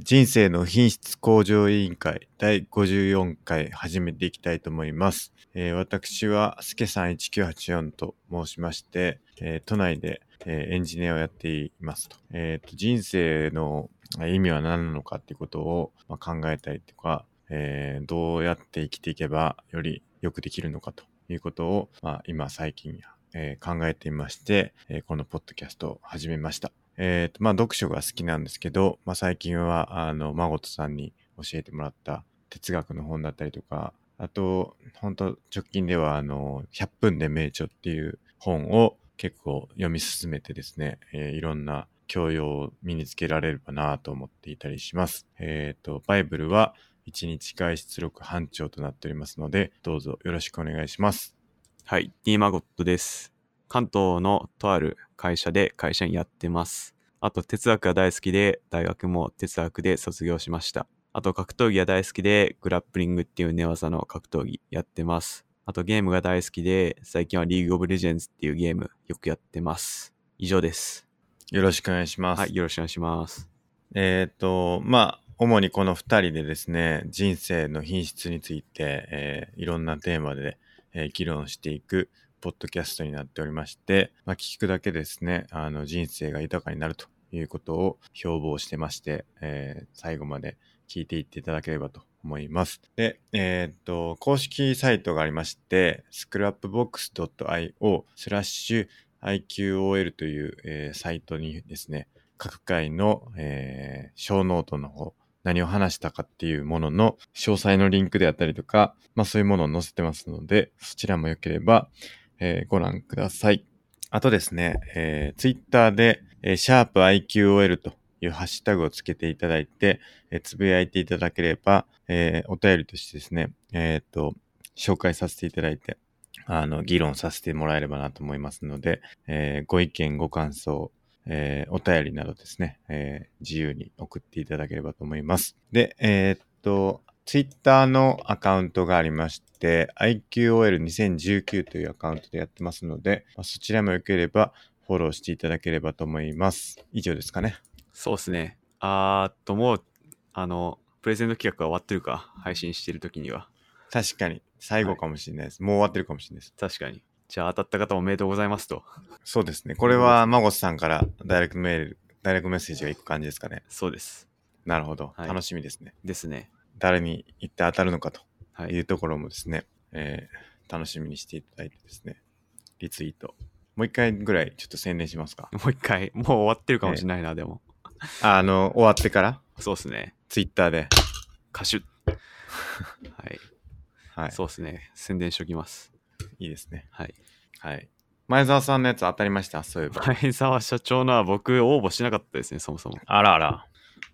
人生の品質向上委員会第54回始めていきたいと思います。えー私はすけさん1984と申しまして、えー都内で、えーエンジニアをやっていますと。えーと人生のあ意味は何なのかっていうことを、まあ考えたりとか、えーどうやって生きていけばよりよくできるのかということを、まあ、今最近、えー考えていまして、えーこのポッドキャストを始めました。えーとまあ、読書が好きなんですけど、まあ、最近はあの孫とさんに教えてもらった哲学の本だったりとかあと本当直近ではあの「100分で名著」っていう本を結構読み進めてですね、えーいろんな教養を身につけられればなと思っていたりします。えっ、と、バイブルは1日外出力班長となっておりますので、どうぞよろしくお願いします。はい、D マゴットです。関東のとある会社で会社員やってます。あと哲学が大好きで、大学も哲学で卒業しました。あと格闘技が大好きで、グラップリングっていう寝技の格闘技やってます。あとゲームが大好きで、最近はリーグオブレジェンズっていうゲームよくやってます。以上です。よろしくお願いします。はい、よろしくお願いします。えっ、と、まあ、主にこの二人でですね、人生の品質について、えーいろんなテーマで、えー議論していく、ポッドキャストになっておりまして、まあ、聞くだけですね、あの、人生が豊かになるということを標榜してまして、えー最後まで聞いていっていただければと思います。で、えっ、と、公式サイトがありまして、scrapbox.io スラッシュ IQOL という、えーサイトにですね、各回の、えー小ノートの方、何を話したかっていうものの詳細のリンクであったりとか、まあそういうものを載せてますので、そちらも良ければ、えーご覧ください。あとですね、えー、Twitter で、えー、シャープ i q o l というハッシュタグをつけていただいて、えーつぶやいていただければ、えーお便りとしてですね、えっ、と、紹介させていただいて、あの、議論させてもらえればなと思いますので、えーご意見、ご感想、えーお便りなどですね、えー自由に送っていただければと思います。で、えーっと、ツイッターのアカウントがありまして、IQOL2019 というアカウントでやってますので、まあそちらもよければフォローしていただければと思います。以上ですかね。そうですね。あーっと、もう、あの、プレゼント企画は終わってるか、配信してる時には。確かに、最後かもしれないです。もう終わってるかもしれないです。確かに。じゃあ当たった方おめでとうございますと。そうですね。これは、マゴスさんからダイレクトメール、ダイレクトメッセージが行く感じですかね。そうです。なるほど。はい楽しみですね。ですね。誰に行って当たるのかと。はいうい。。ところもですね、えー楽しみにしていただいてですね、リツイート。もう一回ぐらいちょっと宣伝しますかもう一回、 もう終わってるかもしれないな、でも。あの、終わってから、そうですね。ツイッターで。歌手。はい。はい。そうですね。宣伝しときます。いいですね。はい。はい。前澤さんのやつ当たりました、そういえば。前澤社長のは僕応募しなかったですね、そもそも。あらあら。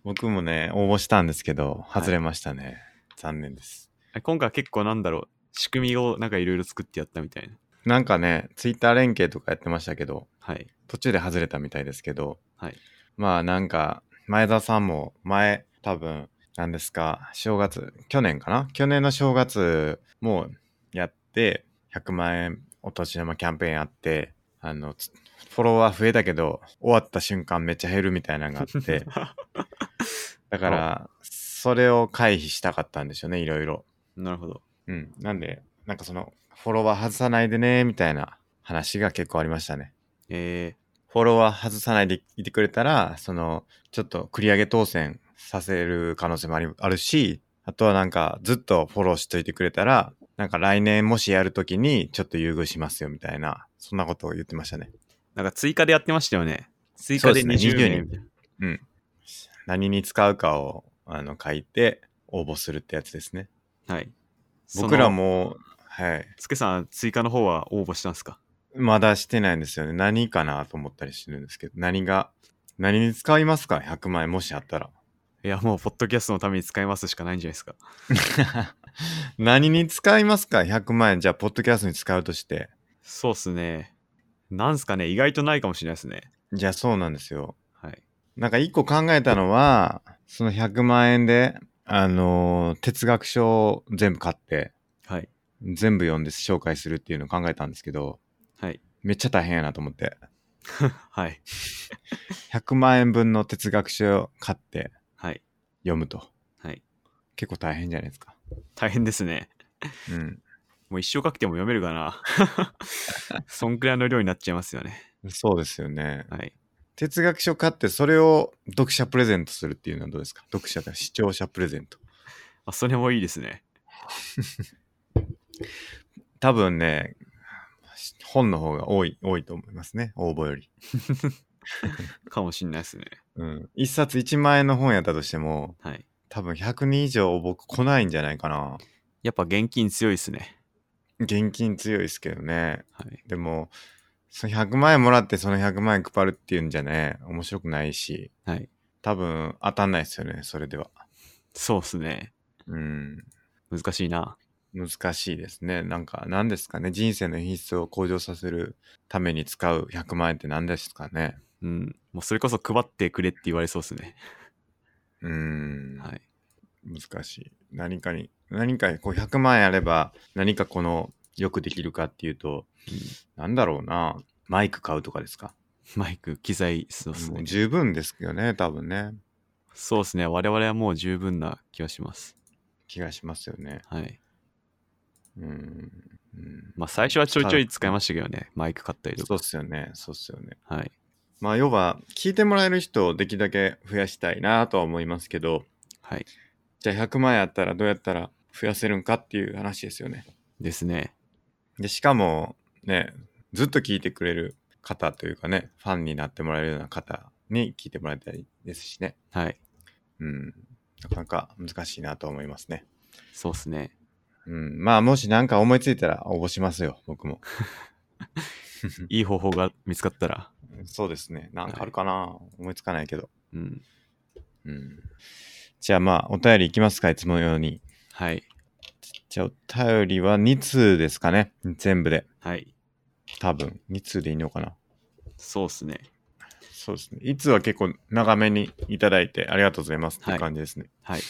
僕もね、応募したんですけど、外れましたね。残念です。今回は結構なんだろう、仕組みをなんかいろいろ作ってやったみたいな。なんかね、ツイッター連携とかやってましたけど、はい。途中で外れたみたいですけど、はいまあなんか前田さんも前多分何ですか正月去年かな去年の正月もやって100万円お年玉キャンペーンあってあのつフォロワー増えたけど終わった瞬間めっちゃ減るみたいなのがあって だからそれを回避したかったんでしょうねいろいろなるほど。うんなんでなんかそのフォロワー外さないでねみたいな話が結構ありましたねえフォロワー外さないでいてくれたら、その、ちょっと繰り上げ当選させる可能性もありあるし、あとはなんかずっとフォローしといてくれたら、なんか来年もしやるときにちょっと優遇しますよみたいな、そんなことを言ってましたね。ー、なんか追加でやってましたよね。追加でそうですね20名みたいな。何に使うかをあの書いて応募するってやつですね。はい。僕らその。も、はい。つけさん、追加の方は応募したんですかまだしてないんですよね。何かなと思ったりしてるんですけど、何が、何に使いますか ?100 万円もしあったら。いや、もう、ポッドキャストのために使いますしかないんじゃないですか。 何に使いますか ?100 万円。じゃあ、ポッドキャストに使うとして。そうっすね。なんすかね、意外とないかもしれないですね。じゃあ、そうなんですよ。はい。なんか、一個考えたのは、その100万円で、あのー哲学書を全部買って、はい。全部読んで紹介するっていうのを考えたんですけど、はい。 めっちゃ大変やなと思って。はい。 100万円分の哲学書を買って、はい。読むと。はい。結構大変じゃないですか。大変ですね。うん。もう一生かけても読めるかな。 そんくらいの量になっちゃいますよね。そうですよね。はい。哲学書買ってそれを読者プレゼントするっていうのはどうですか読者だ視聴者プレゼント。あ、それもいいですね。多分ね、本の方が多い、多いと思いますね。応募より。かもしんないですね。うん。一冊1万円の本やったとしても、はい。多分100人以上応募来ないんじゃないかな。やっぱ現金強いですね。現金強いですけどね。はい。でも、その100万円もらってその100万円配るっていうんじゃね、面白くないし、はい。多分当たんないですよね、それでは。そうですね。うん。難しいな。難しいですね。なんか、何ですかね。人生の品質を向上させるために使う100万円って何ですかね。うん。もうそれこそ配ってくれって言われそうですね。うん。はい。難しい。何かに、何かこう100万円あれば、何かこの、よくできるかっていうと、うんなんだろうな。マイク買うとかですか。マイク、機材、そうですもねう。十分ですけどね、多分ね。そうですね。我々はもう十分な気がします。気がしますよね。はい。うん。うん、まあ最初はちょいちょい使いましたけどね。マイク買ったりとそうか。っすよね。そうっすよね。はい。まあ、要は、聞いてもらえる人をできるだけ増やしたいなとは思いますけど、はい。じゃあ100万円あったらどうやったら増やせるんかっていう話ですよね。ですね。で、しかも、ね、ずっと聞いてくれる方というかね、ファンになってもらえるような方に聞いてもらいたいですしね。はい。うん。なかなか難しいなと思いますね。そうですね。うん。まあ、もし何か思いついたら応募しますよ、僕も。いい方法が見つかったら。そうですね。なんかあるかな、思いつかないけど。うん。うん。じゃあまあ、お便りいきますか、いつものように。はい。じゃあ、お便りは2通ですかね。全部で。はい。多分、2通でいいのかな。そうですね。そうですね。いつは結構長めにいただいてありがとうございますってはい感じですね。はい。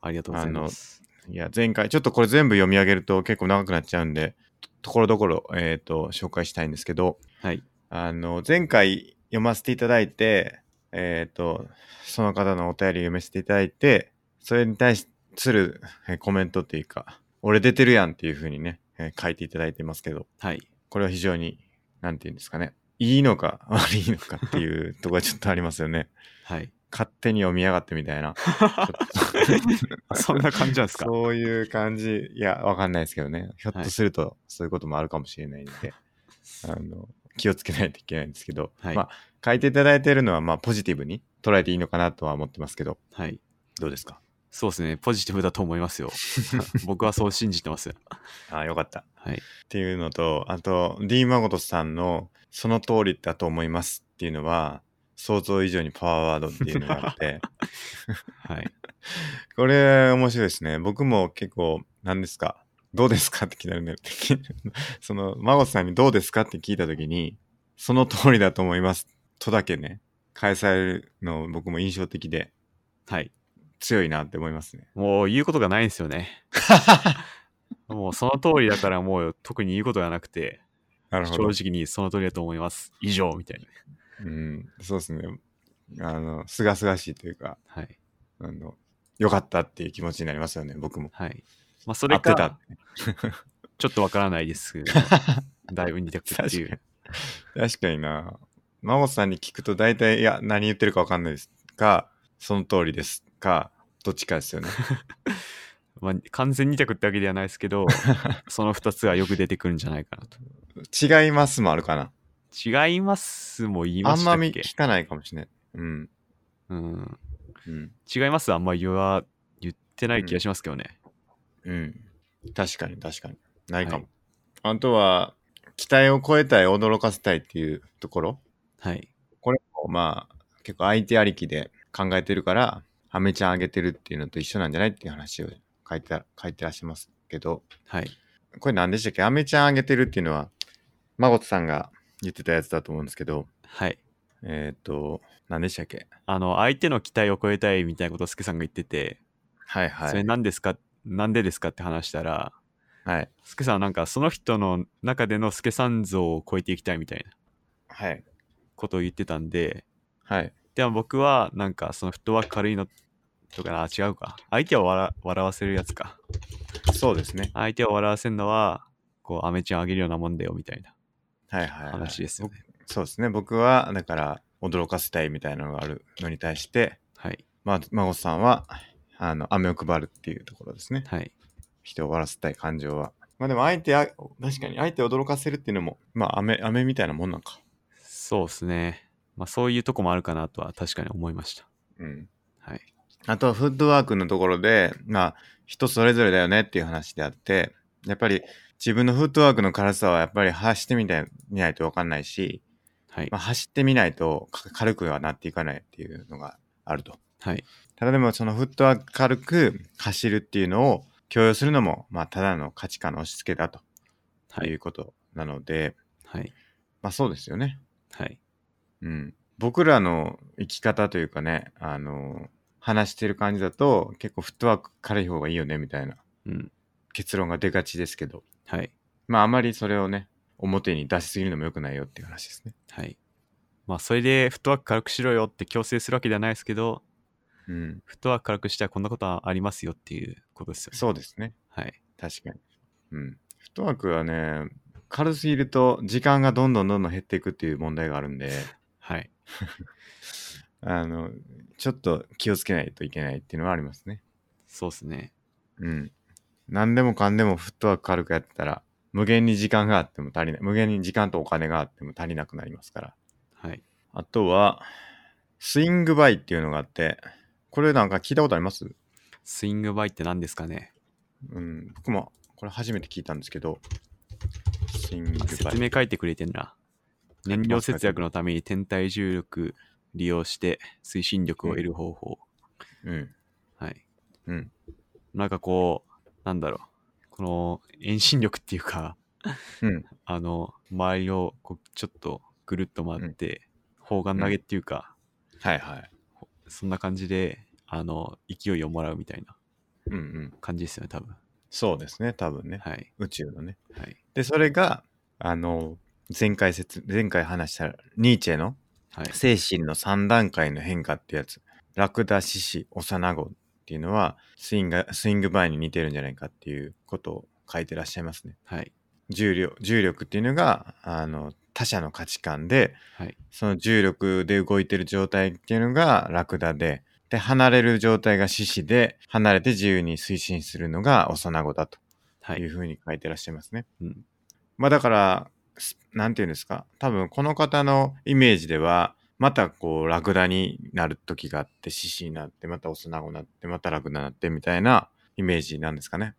ありがとうございます。い、や、前回ちょっとこれ全部読み上げると結構長くなっちゃうんで、とところどころ、えっ、と、紹介したいんですけど、はい。あの、前回読ませていただいて、えっ、と、その方のお便り読ませていただいて、それに対するえーコメントっていうか、俺出てるやんっていう風にね、えー書いていただいてますけど、はい。これは非常に、なんて言うんですかね、いいのか悪いのかっていうところがちょっとありますよね。 はい。勝手に読みやがってみたいな。そんな感じなんですかそういう感じ。いや、わかんないですけどね。ひょっとすると、そういうこともあるかもしれないん で、あの、気をつけないといけないんですけど、はいまあ、書いていただいてるのは、まあ、ポジティブに捉えていいのかなとは思ってますけど、はい。どうですかそうですね。ポジティブだと思 いますよ。僕はそう信じてます。ああ、よかった。っはい。ていうのと、あと、D ・マゴトさんの、その通りだと思いますっていうのは、想像以上にパワーワードっていうのがあって、はい。これ面白いですね。僕も結構、何ですかどうですかって聞い たんだよ。その、孫さんにどうですかって聞いたときに、その通りだと思います。とだけね、返されるの僕も印象的ではい。強いなって思いますね。もう言うことがないんです よね。もうその通りだからもう特に言うことがなくて、なるほど。正直にその通りだと思います。以上みたいな。うん、そうですね。あの、すがすがしいというか、はい。あの、よかったっていう気持ちになりますよね、僕も。はい。まあそ合れってかた、。ちょっとわからないで すけど、だいぶ似てくってい確かう。に。確かにな。真帆さんに聞くと大体、いや、何言ってるかわかんないですか、その通りですか、どっちかですよね。まあ完全二択ってわけではないです けど、その二つがよく出てくるんじゃないかなと。違いますもあるかな。違いますも言いあまんしたまっみけ聞かないかもしれない。うん。うん。うん。違いますあんま言わ、言ってない気がしますけどね。うん。確かに、確かに。ないかも。はあとは、期待を超えたい、驚かせたいっていうところ。はい。これも、まあ、結構相手ありきで考えてるから、ハメちゃんあげてるっていうのと一緒なんじゃないっていう話を書いてた、書いてらっしゃいますけど。はい。これ何でしたっけアメちゃんあげてるっていうのは、マゴトさんが言ってたやつだと思うんですけど、はい。えっ、ー、と、何でしたっけあの、相手の期待を超えたいみたいなことをスケさんが言ってて、はいはそれい。何ですかなんでですかって話したら、はい。スケさんはなんかその人の中でのスケさん像を超えていきたいみたいなはい。ことを言ってたんで、はい。でも僕はなんかそのフットワーク軽いのっとか、あ、違うか。相手を笑笑わせるやつか。そうですね。相手を笑わせるのは、こう、アメちゃんあげるようなもんだよ、みたいなはいはい、はい。話ですよね。そうですね。僕は、だから、驚かせたいみたいなのがあるのに対して、はい。まあ、孫さんは、あの、飴を配るっていうところですね。はい。人を笑わせたい感情は。まあでも、相手あ、確かに、相手を驚かせるっていうのも、まあ、飴、飴みたいなもんなんか。そうですね。まあ、そういうとこもあるかなとは確かに思いました。うん。はい。あとはフットワークのところで、まあ、人それぞれだよねっていう話であって、やっぱり自分のフットワークの軽さはやっぱり走ってみたい見ないと分かんないし、はいま。あ、走ってみないとか軽くはなっていかないっていうのがあると。はい。ただでもそのフットワーク軽く走るっていうのを強要するのも、まあ、ただの価値観の押し付けだとはいい。うことなので、はい。まあそうですよね。はい。うん、僕らの生き方というかねあの話してる感じだと結構フットワーク軽い方がいいよねみたいなうん。結論が出がちですけどはい。まああまりそれをね表に出しすぎるのも良くないよっていう話ですね。はい。まあ、それで、フットワーク軽くしろよって強制するわけではないですけど、うん、フットワーク軽くしたらこんなことはありますよっていうことですよね。そうですねはい。確かに、うん。フットワークはね軽すぎると時間がどんどんどんどん減っていくっていう問題があるんで はい。あのちょっと気をつけないといけないっていうのはありますね。そうですね。うん。何でもかんでもフットワーク軽くやってたら、無限に時間があっても足りない。無限に時間とお金があっても足りなくなりますから。はい。あとは、スイングバイっていうのがあって、これなんか聞いたことありますスイングバイって何ですかねうん。僕もこれ初めて聞いたんですけど、スイングあバ説イ。明書いてくれてんな。燃料節約のために天体重力利用して推進力を得る方法。うん。はい。うん。なんかこう、なんだろう。この遠心力っていうか、うん。あの、周りをこうちょっとぐるっと回って、砲丸投げっていうか、はいはい。そんな感じで、あの、勢いをもらうみたいなうんうん。感じですよね、多分。そうですね、多分ね。はい。宇宙のね。はい。で、それが、あの、前回説、前回話したニーチェのはい。精神の3段階の変化ってやつラクダ獅子幼子っていうのはスイングスイングバイに似てるんじゃないかっていうことを書いてらっしゃいますねはい。重量重力っていうのがあの他者の価値観ではい。その重力で動いてる状態っていうのがラクダでで離れる状態が獅子で離れて自由に推進するのが幼子だとはいい。うふうに書いてらっしゃいますね、うん。まあだから、すなんていうんですか、多分この方のイメージでは、またこう、ラクダになる時があって、獅子になって、またオスナゴになって、またラクダになって、みたいなイメージなんですかね。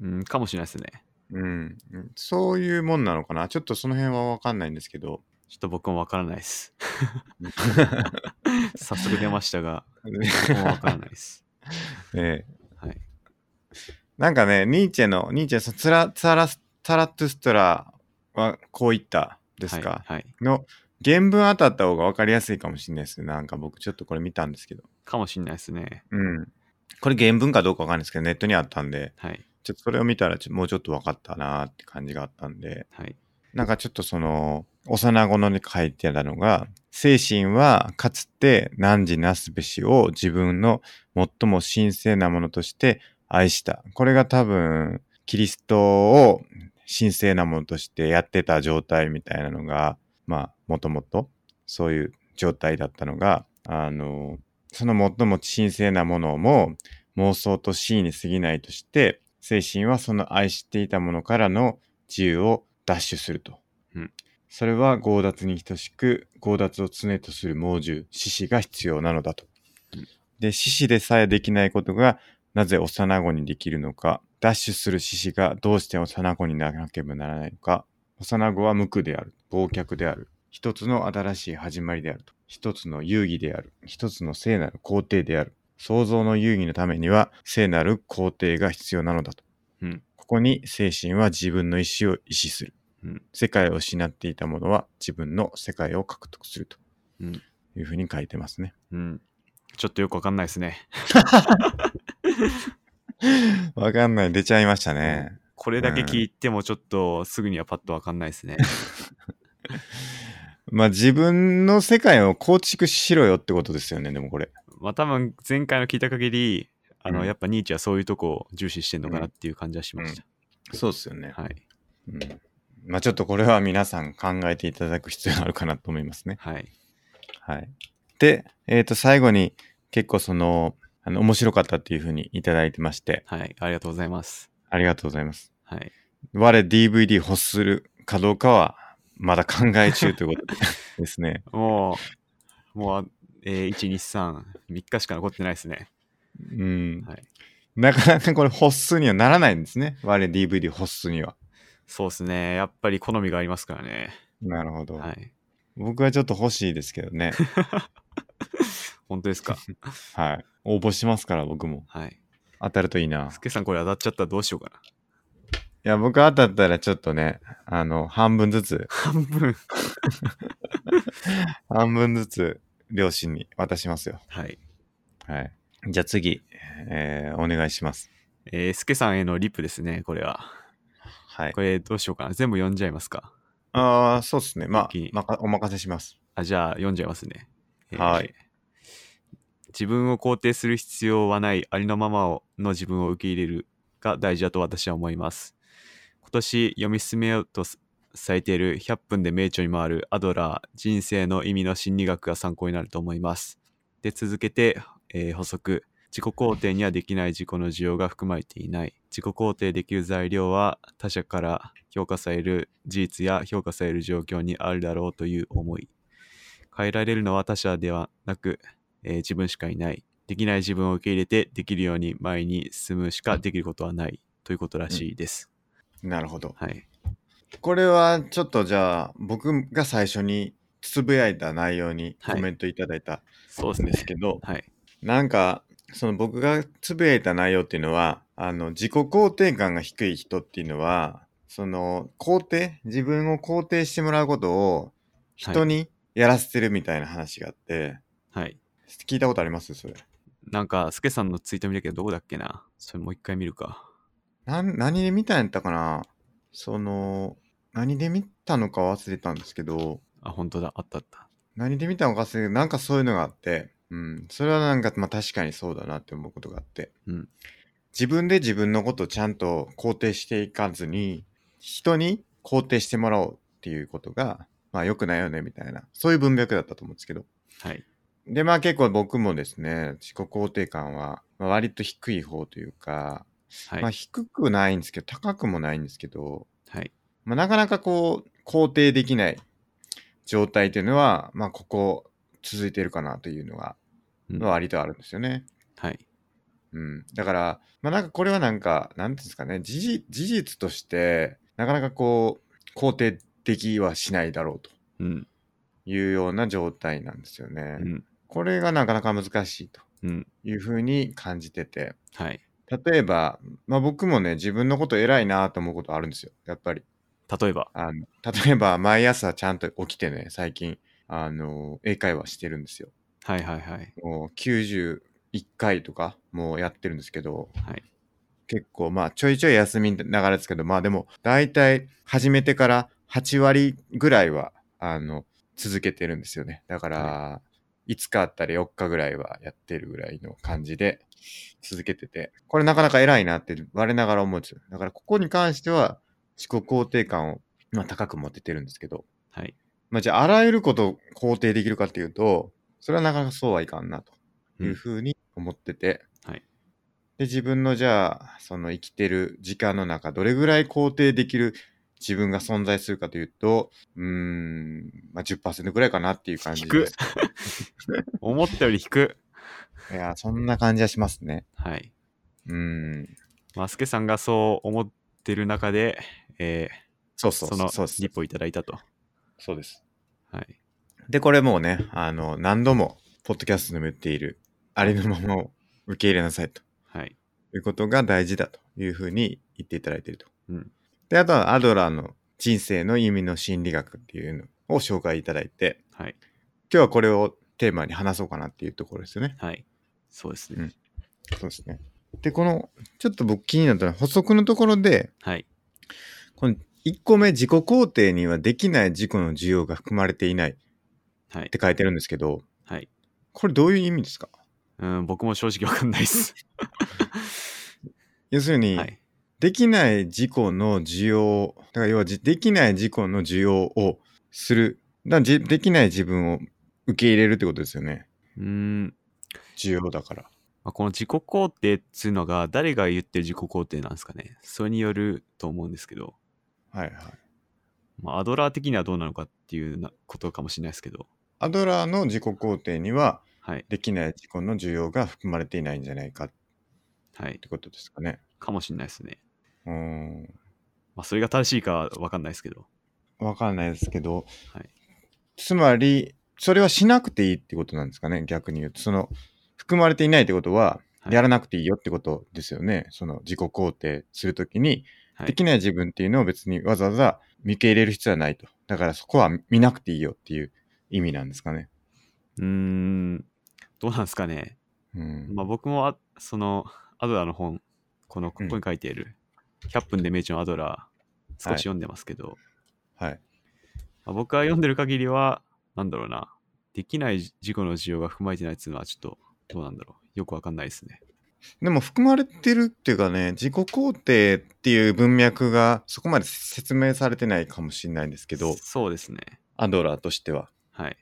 うん、かもしれないですね。うん。うんそういうもんなのかな。ちょっとその辺はわかんないんですけど。ちょっと僕もわからな いです。早速出ましたが、僕もわからないです。 ええはい。なんかね、ニーチェの、ニーチェさん、ツラ、ツァラス、タラトゥストラはこういったですか、はい。はいの原文当たった方がわかりやすいかもしれないですね。なんか僕ちょっとこれ見たんですけど。かもしれないですね。うん。これ原文かどうかわかんないですけど、ネットにあったんで、はい。ちょっとそれを見たらちょもうちょっと分かったなーって感じがあったんで、はい。なんかちょっとその、幼子のに書いてあるのが、精神はかつて汝なすべしを自分の最も神聖なものとして愛した。これが多分、キリストを神聖なものとしてやってた状態みたいなのが、まあ、もともとそういう状態だったのが、あの、その最も神聖なものも妄想と真意に過ぎないとして、精神はその愛していたものからの自由を奪取すると。うんそれは強奪に等しく、強奪を常とする猛獣、獅子が必要なのだと。うんで、獅子でさえできないことが、なぜ幼子にできるのか、奪取する獅子がどうして幼子にならなければならないのか、幼子は無垢である、忘却である、一つの新しい始まりであると、一つの遊戯である、一つの聖なる皇帝である、創造の遊戯のためには聖なる皇帝が必要なのだと。うん。ここに精神は自分の意志を意志する。うん。世界を失っていたものは自分の世界を獲得するとうん。いうふうに書いてますね。 うん。ちょっとよくわかんないですね。わかんない。出ちゃいましたね。これだけ聞いてもちょっとすぐにはパッとわかんないですね。まあ自分の世界を構築しろよってことですよね、でもこれ。まあ多分前回の聞いた限り、あの、うんやっぱニーチェはそういうとこを重視してんのかなっていう感じはしました。そうですよね。はい。うんまあちょっとこれは皆さん考えていただく必要があるかなと思いますね。はい。はい。で、えっ、と、最後に結構その、あの、面白かったっていうふうにいただいてまして、はい。ありがとうございます。ありがとうございます。はい。我 DVD 欲するかどうかは、まだ考え中という ことでですね。もう、もう、えー、1、2、3、3日しか残ってないですね。うん。はい。なかなかこれ、欲数にはならないんですね。我 DVD 欲数には。そうですね。やっぱり好みがありますからね。なるほど。はい。僕はちょっと欲しいですけど ね。本当ですか。はい。応募しますから、僕も。はい。当たるといいな。すけさん、これ当たっちゃったらどうしようかな。いや、僕当たったらちょっとね、あの、半分ずつ、半分。半分ずつ、両親に渡しますよ。はい。はい。じゃあ次、えーお願いします。えー、すけさんへのリップですね、これは。はい。これどうしようかな。全部読んじゃいますか。ああ、そうですね。まあ次、まかお任せします。あ、じゃあ読んじゃいますね。えーはい。自分を肯定する必要はないありのままをの自分を受け入れるが大事だと私は思います。今年読み進めようとすされている100分で名著に回るアドラー人生の意味の心理学が参考になると思います。で、続けて、えー補足。自己肯定にはできない自己の需要が含まれていない。自己肯定できる材料は他者から評価される事実や評価される状況にあるだろうという思い。変えられるのは他者ではなく、えー自分しかいない。できない自分を受け入れて、できるように前に進むしかできることはないということらしいです。なるほど。はい。これは、ちょっとじゃあ、僕が最初につぶやいた内容にはいコメントいただいたそうですんでね。すけど、はい。なんか、その僕がつぶやいた内容っていうのは、あの、自己肯定感が低い人っていうのは、その、肯定自分を肯定してもらうことを人にやらせてるみたいな話があって、はい。聞いたことありますそれ。なんか、スケさんのツイート見たけど、どこだっけなそれもう一回見るか。なん何で見たんやったかなその、何で見たのか忘れたんですけど、あ、本当だ。あったあった。何で見たのか忘れたけど、なんかそういうのがあって、うん、それはなんか、まあ確かにそうだなって思うことがあって、うん自分で自分のことをちゃんと肯定していかずに、人に肯定してもらおうっていうことが、まあ良くないよねみたいな、そういう文脈だったと思うんですけど、はい。で、まあ結構僕もですね、自己肯定感はまあ割と低い方というか、はい。まあ低くないんですけど、高くもないんですけど、はい。まあ、なかなかこう、肯定できない状態というのは、まあ、ここ続いてるかなというのが、うんのは割とあるんですよね。はい。うん。だから、まあ、なんかこれはなんか、なんていうんですかね、事実事実として、なかなかこう、肯定できはしないだろうとうん。いうような状態なんですよね。うん。これがなかなか難しいとうん。いうふうに感じてて、はい。例えば、まあ、僕もね、自分のこと偉いなと思うことあるんですよ、やっぱり。例えば。あの例えば毎朝ちゃんと起きてね最近あの英会話してるんですよはいはいはい。もう91回とかもうやってるんですけどはい。結構まあちょいちょい休みながらですけどまあでも大体始めてから8割ぐらいはあの続けてるんですよねだから、5日あったり4日ぐらいはやってるぐらいの感じで続けててこれなかなか偉いなって我ながら思うんですよだからここに関しては自己肯定感を、まあ、高く持ててるんですけどはい。まあ、じゃあ、あらゆることを肯定できるかっていうと、それはなかなかそうはいかんなというふうに思ってて、うんはいで、自分のじゃあ、その生きてる時間の中、どれぐらい肯定できる自分が存在するかというと、うーん、まあ、10%ぐらいかなっていう感じです。思ったより低く。いや、そんな感じはしますね。はい。うーん、まあ、スケさんがそう思ってる中で、えーそうそそうそうのそうですリッ。プをいただいたと。そうです。はい。で、これもうね、あの、何度も、ポッドキャストでも言っている、ありのままを受け入れなさいと。はい。ということが大事だというふうに言っていただいていると。うんで、あとはアドラーの人生の意味の心理学っていうのを紹介いただいて、はい。今日はこれをテーマに話そうかなっていうところですよね。はい。そうですね。うんそうですね。で、この、ちょっと僕気になったのは補足のところで、はい。この1個目自己肯定にはできない自己の需要が含まれていないっはい。て書いてるんですけど、はい。これどういう意味ですかうん、僕も正直わかんないです。要するに、はい。できない事故の需要、だから要はじできない事故の需要をする。だからじできない自分を受け入れるってことですよね。うん、ま需要だから。あ、この自己肯定っていうのが、誰が言ってる自己肯定なんですかね。それによると思うんですけど、はいはい。まあ、アドラー的にはどうなのかっていうなことかもしれないですけど、アドラーの自己肯定には、はい。できない事故の需要が含まれていないんじゃないかっはいて。ことですかね。かもしれないですね。うーん。まあ、それが正しいかわかんないですけど、わかんないですけど、はいつまり、それはしなくていいってことなんですかね、逆に言うと。その、含まれていないってことは、はいやらなくていいよってことですよね。その、自己肯定するときに、はいできない自分っていうのを別にわざわざ見受け入れる必要はないと。だからそこは見なくていいよっていう意味なんですかね。うーん、どうなんですかね。うん。まあ、僕もあそのアドラーの本このここに書いている「100分で名著のアドラー」少し読んでますけど、はい。まあ僕が読んでる限りはなんだろうなできない事故の需要が含まれてないっていうのはちょっとどうなんだろうよくわかんないですねでも含まれてるっていうかね、自己肯定っていう文脈がそこまで説明されてないかもしれないんですけど、そうですねアドラーとしては。はい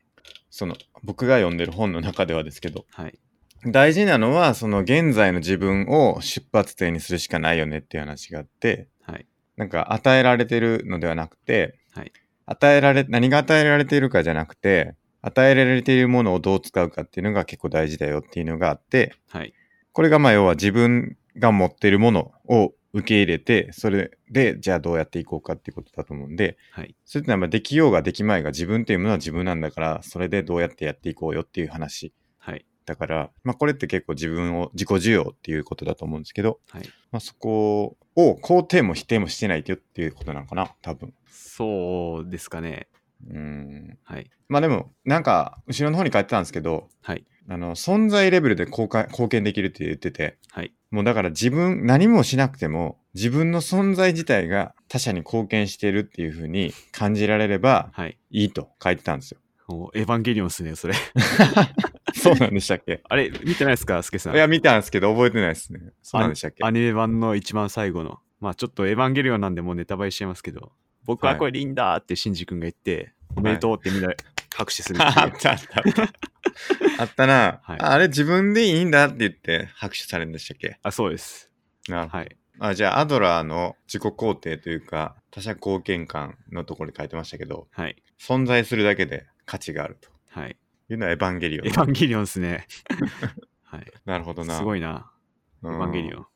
その、僕が読んでる本の中ではですけど、はい大事なのはその現在の自分を出発点にするしかないよねっていう話があってはいなんか与えられてるのではなくて、はい与えられ何が与えられているかじゃなくて与えられているものをどう使うかっていうのが結構大事だよっていうのがあってはいこれがまあ要は自分が持ってるものを受け入れてそれでじゃあどうやっていこうかっていうことだと思うんではいそれってのはまあできようができまいが自分っていうものは自分なんだからそれでどうやってやっていこうよっていう話はいだから、まあ、これって結構自分を自己需要っていうことだと思うんですけど、はいまあ、そこを肯定も否定もしてないよっていうことなのかな多分そうですかねうんはいまあでもなんか後ろの方に書いてたんですけどはいあの存在レベルで貢献貢献できるって言っててはいもうだから自分何もしなくても自分の存在自体が他者に貢献してるっていうふうに感じられればはいいいと書いてたんですよおエヴァンゲリオンですねそれそうなんでしたっけあれ見てないですかスケさんいや見たんですけど覚えてないですねそうなんでしたっけアニメ版の一番最後の、まあちょっとエヴァンゲリオンなんでもうネタバレしちゃいますけど、僕ははいこれでいいんだってシンジ君が言って、おめでとうってみんな 拍手するっていう あったあったあ った。あったな、はいああれ自分でいいんだって言って拍手されるんでしたっけあ、そうです。なるほどはい。あじゃあアドラーの自己肯定というか他者貢献感のところに書いてましたけどはい。存在するだけで価値があるとはい。いうのはエヴァンゲリオエヴン。ァンゲリオンで すね。はい。なるほどな。すごい。いな、エエヴァンゲリオン。ン。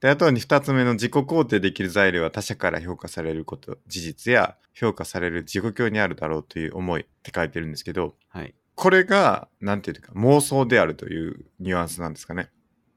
であとに2つ目の自己肯定できる材料は他者から評価されること事実や評価される自己境にあるだろうという思いって書いてるんですけどはい。これがなんていうか妄想であるというニュアンスなんですかね。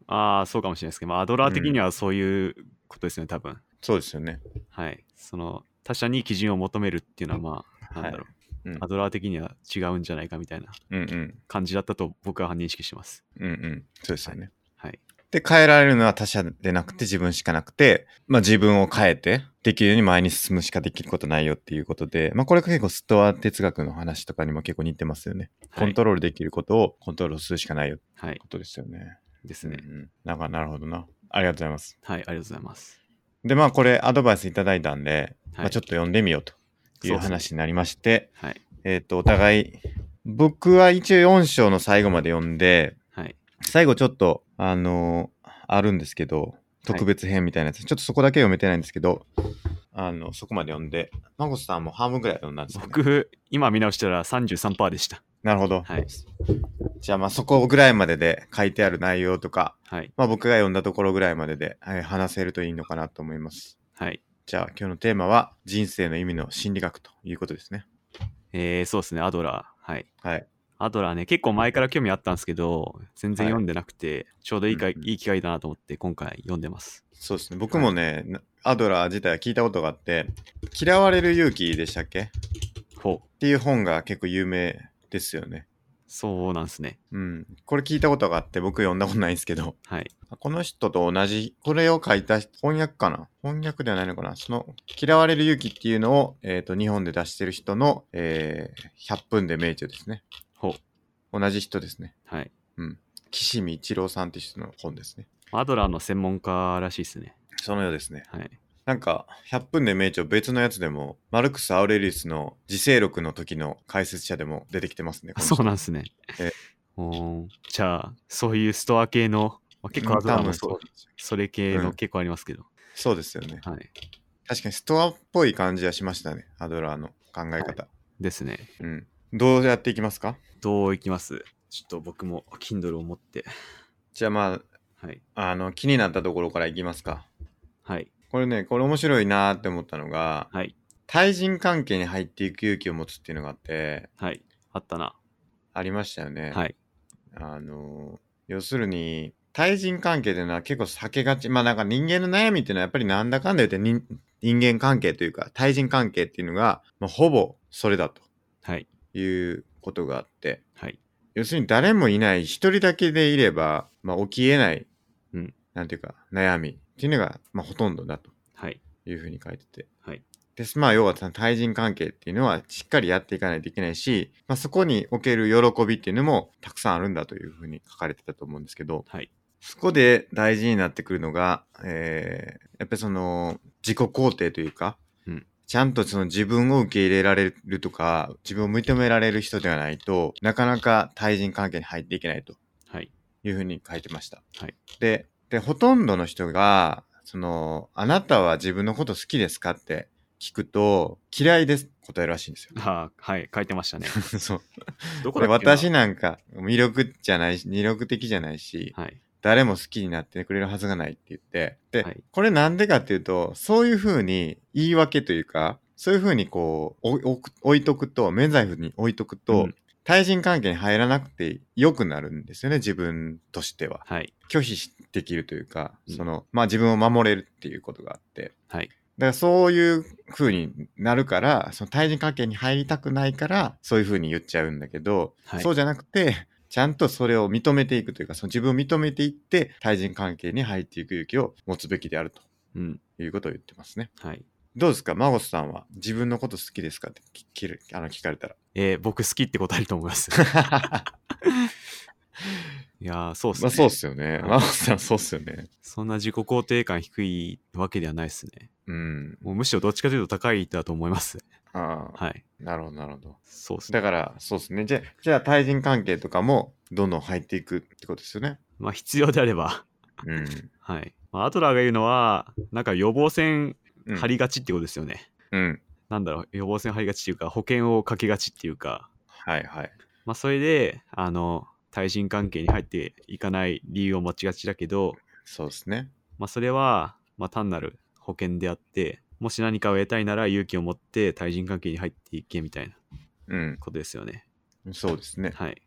ああ、そうかもしれないですけど、まあアドラー的にはそういうことですね、多分。そうですよね。はい。その、他者に基準を求めるっていうのは、まあ、なんだはろう、いうんアドラー的には違うんじゃないかみたいなうんうん。感じだったと僕は認識してます。うんうん。そうですよね。はい。で、変えられるのは他者でなくて自分しかなくて、まあ自分を変えて、できるように前に進むしかできることないよっていうことで、まあこれが結構ストア哲学の話とかにも結構似てますよね。コントロールできることをコントロールするしかないよってはい。はい。ことですよね。ですね。うんうん。なんか、なるほどな。ありがとうございます。はい、ありがとうございます。で、まあこれアドバイスいただいたんで、はい、まあちょっと読んでみようというそうです話になりまして、ね。はい。えっ、と、お互い、僕は一応4章の最後まで読んで、はい。最後ちょっと、あのーあるんですけど、特別編みたいなやつ、ちょっとそこだけ読めてないんですけど、あの、そこまで読んで、マゴスさんも半分ぐらい読んだんですよね、僕、今見直したら33%でした。なるほど。はい。じゃあ、まあ、そこぐらいまでで書いてある内容とか、はい。まあ、僕が読んだところぐらいまでで、はい話せるといいのかなと思います。はい。じゃあ、今日のテーマは、人生の意味の心理学ということですね。えー、そうですね、アドラー。はい。はい。アドラーね、結構前から興味あったんですけど、全然はい読んでなくて、ちょうどいいか、ういんうんい機会だなと思って、今回読んでます。そうですね。僕もね、なアドラー自体は聞いたことがあって、嫌われる勇気でしたっけっほう。ていう本が結構有名ですよね。そうなんですね。うん、これ聞いたことがあって僕読んだことないんですけどはい。この人と同じこれを書いた人翻訳かな翻訳ではないのかなその「嫌われる勇気」っていうのを、えー、と日本で出してる人の、えー100分で名著ですねほう。同じ人ですねはい。うん岸見一郎さんって人の本ですね。アドラーの専門家らしいですね。そのようですね。はい。なんか、100分で名著別のやつでも、マルクス・アウレリウスの自制録の時の解説者でも出てきてますね。あそうななんですねえ。 おーじゃあ、そういうストア系の、まあ、結構アドラーもそそううそれ系うのん結構ありますけど。そうですよね。はい。確かにストアっぽい感じはしましたね。アドラーの考え方。ですね。うん。どうやっていきますかどういきますちょっと僕も Kindle を持って。じゃあまはい。あ、あの、気になったところからいきますか。はい。これね、これ面白いなーって思ったのが、はい。対人関係に入っていく勇気を持つっていうのがあって、はい。あったな。ありましたよね。はい。あの、要するに、対人関係というのは結構避けがち。まあなんか人間の悩みっていうのはやっぱりなんだかんだ言って人人間関係というか、対人関係っていうのが、まあ、ほぼそれだとはい。いうことがあって、はい。要するに誰もいない、一人だけでいれば、まあ起きえない、うんなんていうか、悩みっていうのが、まあほとんどだとはい。いうふうに書いてて。はい。です。まあ、要はその対人関係っていうのはしっかりやっていかないといけないし、まあ、そこにおける喜びっていうのもたくさんあるんだというふうに書かれてたと思うんですけど、はい。そこで大事になってくるのが、えー、やっぱりその自己肯定というか、うんちゃんとその自分を受け入れられるとか、自分を認められる人ではないとなかなか対人関係に入っていけないとはい。いうふうに書いてました。はいで、で、ほとんどの人が、その、あなたは自分のこと好きですかって聞くと、嫌いですって答えるらしいんですよ。あーはい。書いてま したね。 そう。どここだれっけな私なんか魅力じゃないし、魅力的じゃないし、はい。誰も好きになってくれるはずがないって言って、で、はいこれなんでかっていうと、そういうふうに言い訳というか、そういうふうにこう、お置く置いとくと、免罪符に置いとくと、うん対人関係に入らなくて良くなるんですよね、自分としては。はい。拒否しできるというか、うんその、まあ自分を守れるっていうことがあって。はい。だからそういう風になるから、その対人関係に入りたくないから、そういう風に言っちゃうんだけど、はいそうじゃなくて、ちゃんとそれを認めていくというか、その自分を認めていって、対人関係に入っていく勇気を持つべきであるとうん。いうことを言ってますね。はい。どうですか、孫さんは自分のこと好きですかって聞けるあの聞かれた ら。えー僕好きって答えると思 います。いやー、そうっすね。まあそうっすよね。うん孫さんそうっすよね。そんな自己肯定感低いわけではないですね。うん。もうむしろどっちかというと高いだと思います。ああ、はい。なるほど、なるほど。そうですね。だから、そうですね。じゃあ、じゃあ対人関係とかもどんどん入っていくってことですよね。まあ必要であれば。うん。はい。まあ、アトラーが言うのは、なんか予防線 うん張りがちってことですよね。うん。なんだろう、予防線張りがちっていうか、保険をかけがちっていうか、はいはい。まあそれで、あの、対人関係に入っていかない理由を持ちがちだけど、そうですね。まあそれは、まあ単なる保険であって、もし何かを得たいなら勇気を持って対人関係に入っていけみたいなうん。ことですよね。そうですね。はい。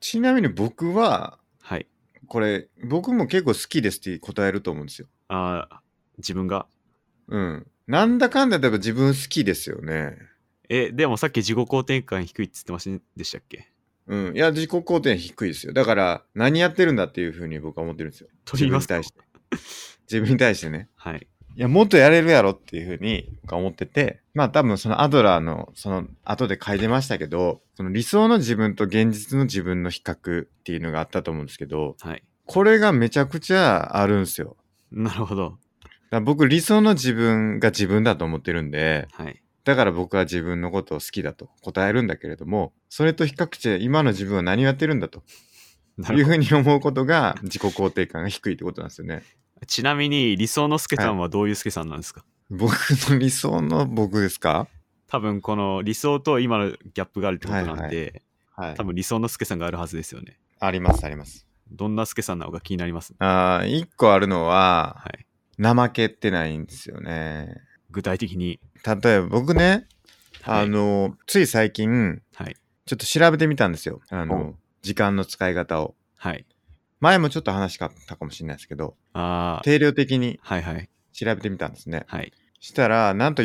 ちなみに僕は、はい。これ、僕も結構好きですって答えると思うんですよ。あー自分が。うん。なんだかんだでやっぱ自分好きですよね。え、でもさっき自己肯定感低いって言ってませんでしたっけうん。いや、自己肯定低いですよ。だから、何やってるんだっていうふうに僕は思ってるんですよ。と言います自分とに対して。 自分に対してね。はい。いや、もっとやれるやろっていうふうに僕は思ってて、まあ多分そのアドラーの、その後で書いてましたけど、その理想の自分と現実の自分の比較っていうのがあったと思うんですけど、はい。これがめちゃくちゃあるんですよ。なるほだど。から僕理想の自分が自分だと思ってるんで、はい。だから僕は自分のことを好きだと答えるんだけれども、それと比較して今の自分は何をやってるんだとないるうふほどうに思うことが自己肯定感が低いってことなんですよね。ちなみに、理想のスケさんはどういうスケさんなんですか、僕の理想の僕ですか多分この理想と今のギャップがあるってことなんはいで、はい多。分理想のスケさんがあるはずですよね。ありますあります。どんなスケさんなのか気になります。ああ、一個あるのは、はい。怠けてないんですよね。具体的に。例えば僕ね、はいあの、つい最近、はい。ちょっと調べてみたんですよ。あほの、時間の使い方を。はい。前もちょっと話しかったかもしれないですけど、ああ。定量的にはいはい。調べてみたんですね。はい。したら、なんと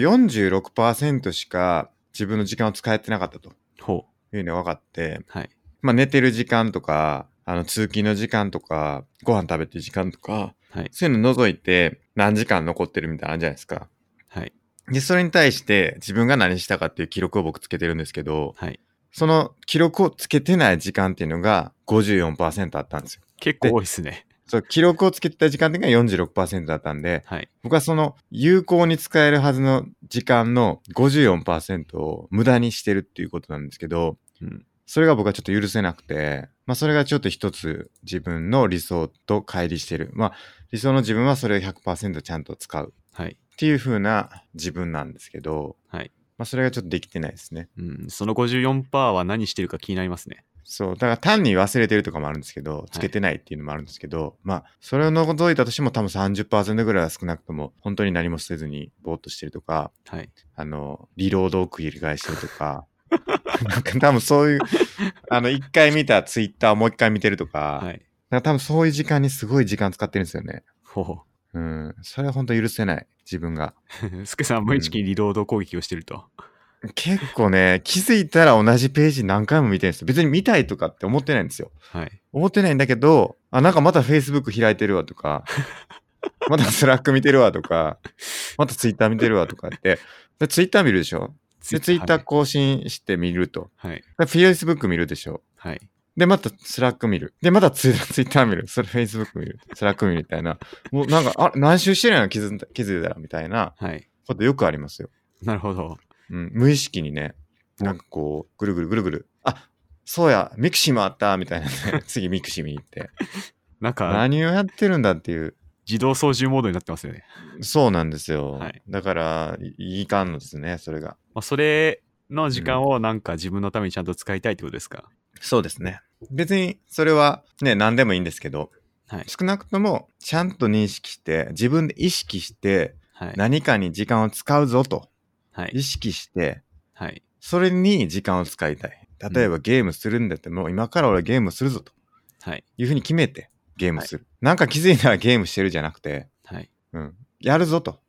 46%しか自分の時間を使えてなかったとほう。いうのが分かって、はい。まあ寝てる時間とか、あの通勤の時間とか、ご飯食べてる時間とか、はい。そういうの除いて何時間残ってるみたいなのあるじゃないですか。はい。で、それに対して自分が何したかっていう記録を僕つけてるんですけど、はい。その記録をつけてない時間っていうのが54%あったんですよ。結構多いですね。そう、記録をつけてた時間点が46%だったんで、はい。僕はその有効に使えるはずの時間の54%を無駄にしてるっていうことなんですけど、うんそれが僕はちょっと許せなくて、まあそれがちょっと一つ自分の理想と乖離してる。まあ理想の自分はそれを100%ちゃんと使うはい。っていう風な自分なんですけど、はい。まあそれがちょっとできてないですね。うん。その54%は何してるか気になりますね。そう、だから単に忘れてるとかもあるんですけど、つけてないっていうのもあるんですけど、まあ、それを除いたとしても多分30%ぐらいは少なくとも、本当に何もせずにぼーっとしてるとか、はい。あの、リロードを繰り返してるとか、なんか多分そういう、あの、一回見たツイッターをもう一回見てるとか、はい。なんか多分そういう時間にすごい時間使ってるんですよね。ほう ほうん、それは本当許せない、自分が。う。スケさん、無意識にリロード攻撃をしてると。結構ね、気づいたら同じページ何回も見てるんですよ。別に見たいとかって思ってないんですよ。はい。思ってないんだけど、あ、なんかまた Facebook 開いてるわとか、また Slack 見てるわとか、また Twitter 見てるわとかって、で、Twitter 見るでしょで、Twitter 更新して見ると。はい。で、Facebook 見るでしょはい。で、また Slack 見る。で、またツイ Twitter 見る。それ Facebook 見る。Slack 見るみたいな。もうなんか、あれ、何周してるの気づいた気づいたらみたいなはい。ことよくありますよ。なるほど。うん、無意識にね、なんかこう、ぐるぐるぐるぐる。あ、そうや、ミクシーもあったみたいなね。 次ミクシー見に行って。なんか、何をやってるんだっていう。自動操縦モードになってますよね。そうなんですよ。はいだから、いいかんのですね、それが。まあ、それの時間をなんか自分のためにちゃんと使いたいってことですか、そうですね。別に、それはね、何でもいいんですけど、はい。少なくとも、ちゃんと認識して、自分で意識して、はい。何かに時間を使うぞと、はい。意識して、はい。それに時間を使いたい。例えばゲームするんだって、もう今から俺ゲームするぞとはい。いうふうに決めて、ゲームする。なんか気づいたらゲームしてるじゃなくて、はい。うん、やるぞと、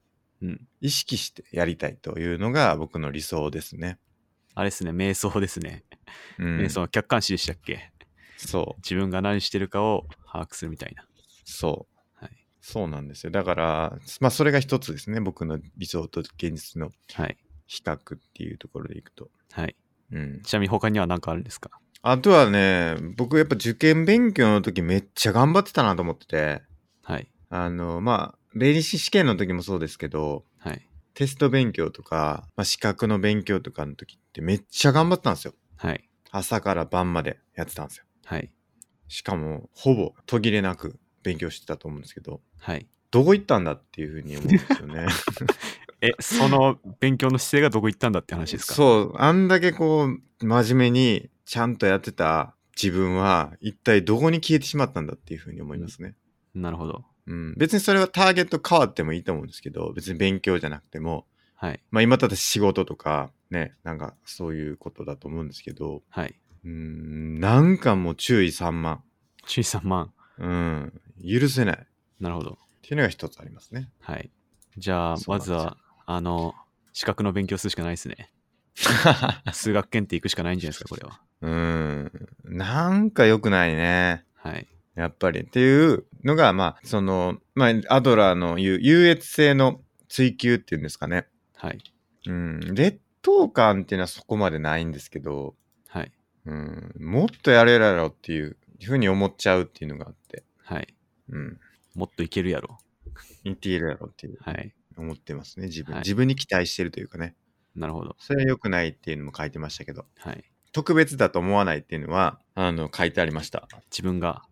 うん。意識してやりたいというのが僕の理想ですね。あれですね、瞑想ですね。うん、瞑想、客観視でしたっけそう、自分が何してるかを把握するみたいな。そう。はいそうなんですよ。だから、まあ、それが一つですね。僕の理想と現実のはい。比較っていうところでいくと。はい。うん。ちなみに他には何かあるんですかあとはね、僕やっぱ受験勉強の時めっちゃ頑張ってたなと思ってて、はい。あの、まあ、例理士試験の時もそうですけど、はい。テスト勉強とか、まあ、資格の勉強とかの時ってめっちゃ頑張ったんですよ。はい。朝から晩までやってたんですよ。はい。しかも、ほぼ途切れなく勉強してたと思うんですけど、はい。どこ行ったんだっていうふうに思うんですよね。え、その勉強の姿勢がどこ行ったんだって話ですかう。そう、あんだけこう、真面目にちゃんとやってた自分は、一体どこに消えてしまったんだっていうふうに思いますね。なるほど。うん。別にそれはターゲット変わってもいいと思うんですけど、別に勉強じゃなくても、はい。まあ今だって仕事とか、ね、なんかそういうことだと思うんですけど、はい。うん、なんかもう注意3万。注意3万。うん。許せない。っなるほど。ていうのが一つあります ね。はい。じゃあ、そうなんでますずよは、あの、資格の勉強するしかないですね。数学検定行くしかないんじゃないですか、これは。うん。なんか良くないね。はい。やっぱりっていうのが、まあ、その、まあ、アドラーの言う優越性の追求っていうんですかね。はい。うん、劣等感っていうのはそこまでないんですけど、はい。うん、もっとやれるやろっていうふうに思っちゃうっていうのがあって、はい。うん、もっといけるやろ。似ているやろっていうはい。思ってますね、自分。はい自分に期待してるというかね。なるほど。それは良くないっていうのも書いてましたけど、はい。特別だと思わないっていうのは、あの、書いてありました。自分が、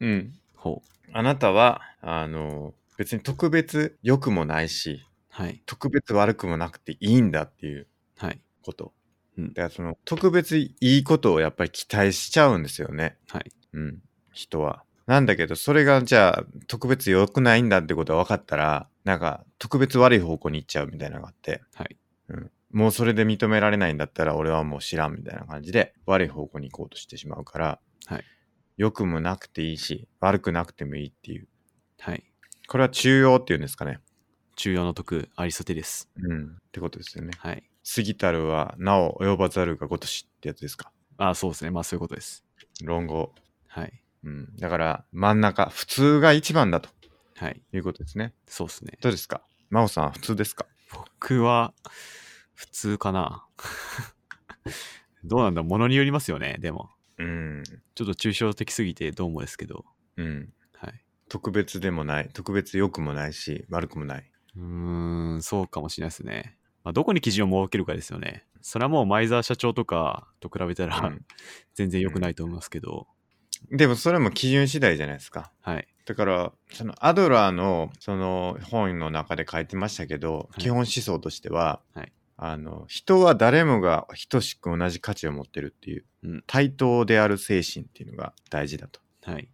うん。ほう。あなたは、あの、別に特別良くもないし、はい。特別悪くもなくていいんだっていうはい。こと。うんだからその特別いいことをやっぱり期待しちゃうんですよね。はい。うん。人は。なんだけど、それがじゃあ特別良くないんだってことが分かったら、なんか特別悪い方向に行っちゃうみたいなのがあって、はい。うん。もうそれで認められないんだったら俺はもう知らんみたいな感じで悪い方向に行こうとしてしまうから、はい。良くもなくていいし、悪くなくてもいいっていう。はい。これは中央っていうんですかね。中央の徳、アリストテレス。うん。ってことですよね。はい。過ぎたるはなお及ばざるがごとしってやつですかああ、そうですね。まあ、そういうことです。論語、はい。うん、だから真ん中普通が一番だとはい。いうことですねそうですね。どうですか真央さんは普通ですか僕は、普通かな。 どうなんだものによりますよね。でも。うんちょっと抽象的すぎてどうもですけど。うん。はい。特別でもない、特別良くもないし、悪くもない。うーん、そうかもしれないですね。まあ、どこに基準を設けるかですよね。それはもう前澤社長とかと比べたら、うん全然良くないと思いますけど、でもそれも基準次第じゃないですか。はい。だから、そのアドラーのその本の中で書いてましたけど、はい基本思想としては、はいあの人は誰もが等しく同じ価値を持ってるっていう、うん対等である精神っていうのが大事だとはい。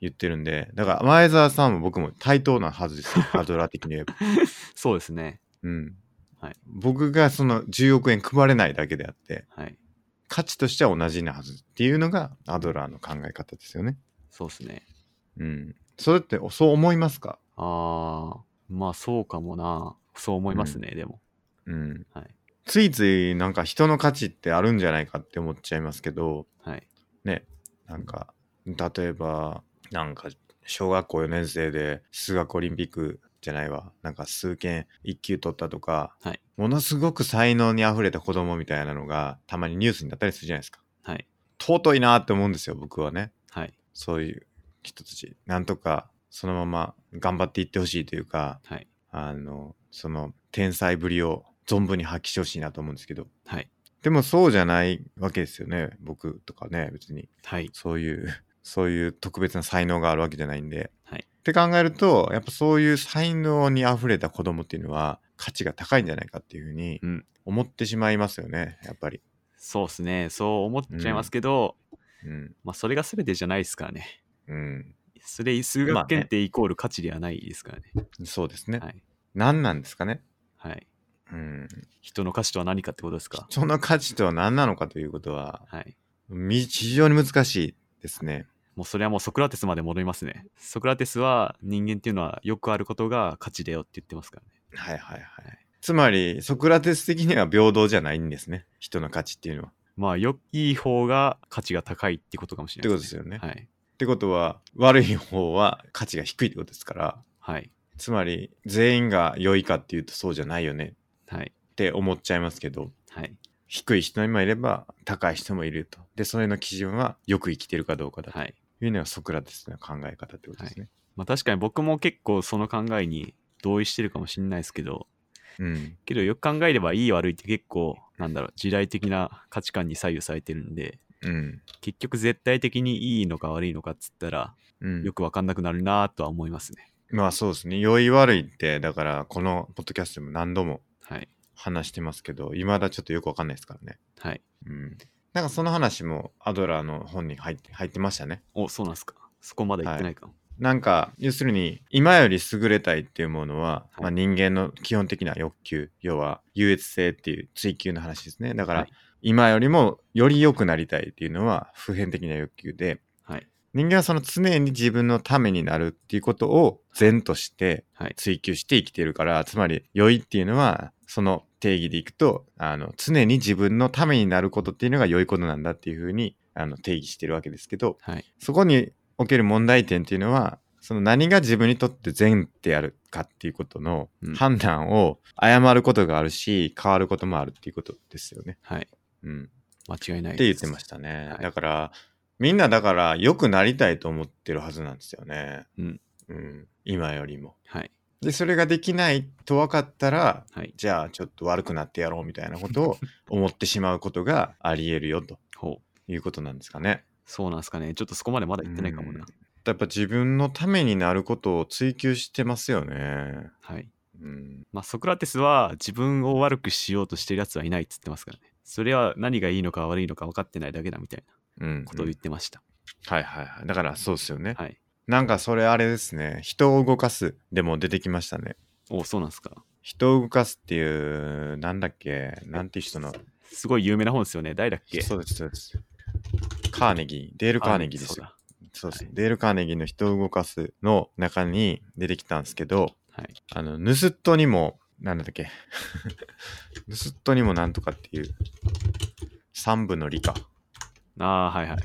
言ってるんで、だから前澤さんも僕も対等なはずです よ。アドラー的に言えば。そうですね。うん。はい僕がその10億円配れないだけであって、はい。価値としては同じなはずっていうのがアドラーの考え方ですよね。そうですね。うん。それってそう思いますかあー、まあそうかもな。そう思いますね、でも。うんはいついついなんか人の価値ってあるんじゃないかって思っちゃいますけどはい。ねなんか例えばなんか小学校4年生で数学オリンピックじゃないわなんか数件1級取ったとか、はいものすごく才能にあふれた子供みたいなのがたまにニュースになったりするじゃないですかはい。尊いなって思うんですよ僕はねはい。そういう人たちなんとかそのまま頑張っていってほしいというかはい。あのその天才ぶりを存分に発揮してほしいなと思うんですけどはい。でもそうじゃないわけですよね。僕とかね、別に。はい。そういう、 そういう特別な才能があるわけじゃないんで。はいって考えると、やっぱそういう才能に溢れた子供っていうのは価値が高いんじゃないかっていうふうにうん思ってしまいますよね、やっぱり。そうですね。そう思っちゃいますけど、うん。まあそれが全てじゃないですからね。うん。それ、数まあ学ね検定イコール価値ではないですからね。そうですね。はい。何なんですかね。はい。うん。人の価値とは何かってことですか。その価値とは何なのかということは、はい。み非常に難しいですね。もうそれはもうソクラテスまで戻りますね。ソクラテスは人間っていうのはよくあることが価値だよって言ってますからね。はいはいははいい。つまり、ソクラテス的には平等じゃないんですね。人の価値っていうのは。まあ、よいい方が価値が高いってことかもしれないってことですよね。ってことは悪い方は価値が低いってことですからはい。はい。つまり全員が良いかっていうとそうじゃないよねはい。って思っちゃいますけどはい。低い人もいれば高い人もいるとでそれの基準はよく生きてるかどうかだとはい。いうのがソクラテスの考え方ってことですね。まあ、確かに僕も結構その考えに同意してるかもしれないですけど、うん、けどよく考えればいい悪いって結構、なんだろう、時代的な価値観に左右されてるんで、うん、結局絶対的にいいのか悪いのかっつったら、うんよ。くわかんなくなるなとは思いますね。まあそうですね良い悪いってだからこのポッドキャストでも何度もはい。話してますけど未だちょっとよくわかんないですからね。はい。うん、なんかその話もアドラーの本に入って入ってましたね。お、そうなんですか。そこまで言ってないかも。なんか要するに今より優れたいっていうものは、はいまあ、人間の基本的な欲求要は優越性っていう追求の話ですねだから、はい今よりもより良くなりたいっていうのは普遍的な欲求ではい。人間はその常に自分のためになるっていうことを善としてはい。追求して生きてるからつまり良いっていうのはその定義でいくとあの常に自分のためになることっていうのが良いことなんだっていうふうにあの定義してるわけですけど、はい。そこにおける問題点っていうのは、その何が自分にとって善であるかっていうことのうん判断を誤ることがあるし、変わることもあるっていうことですよね。はい。うん。間違いない。って言ってましたね。はいだから、みんなだから良くなりたいと思ってるはずなんですよね。うん。うん。今よりも。はい。で、それができないと分かったら、はい。じゃあちょっと悪くなってやろうみたいなことを思ってしまうことがあり得るよとほう。いうことなんですかね。そうなんですかね。ちょっとそこまでまだ言ってないかもうんな。やっぱ自分のためになることを追求してますよね。はい。うん、まあ、ソクラテスは自分を悪くしようとしてる奴はいないっつってますからね。それは何がいいのか悪いのか分かってないだけだみたいうんな、ことを言ってました。はいはいはい。だからそうですよね。はい。なんかそれあれですね。人を動かすでも出てきましたね。おそうなんですか。人を動かすっていう、なんだっけ、なんていう人の。すごい有名な本ですよね。誰だっけそうです、そうです。カーネギー、デール・カーネギーですよ。あそうです、はいデール・カーネギーの人を動かすの中に出てきたんですけど、そうだはい。あの、ヌスットにも、なんだっけ。 ヌスットにもなんとかっていう、三部の理科。ああ、はいはい。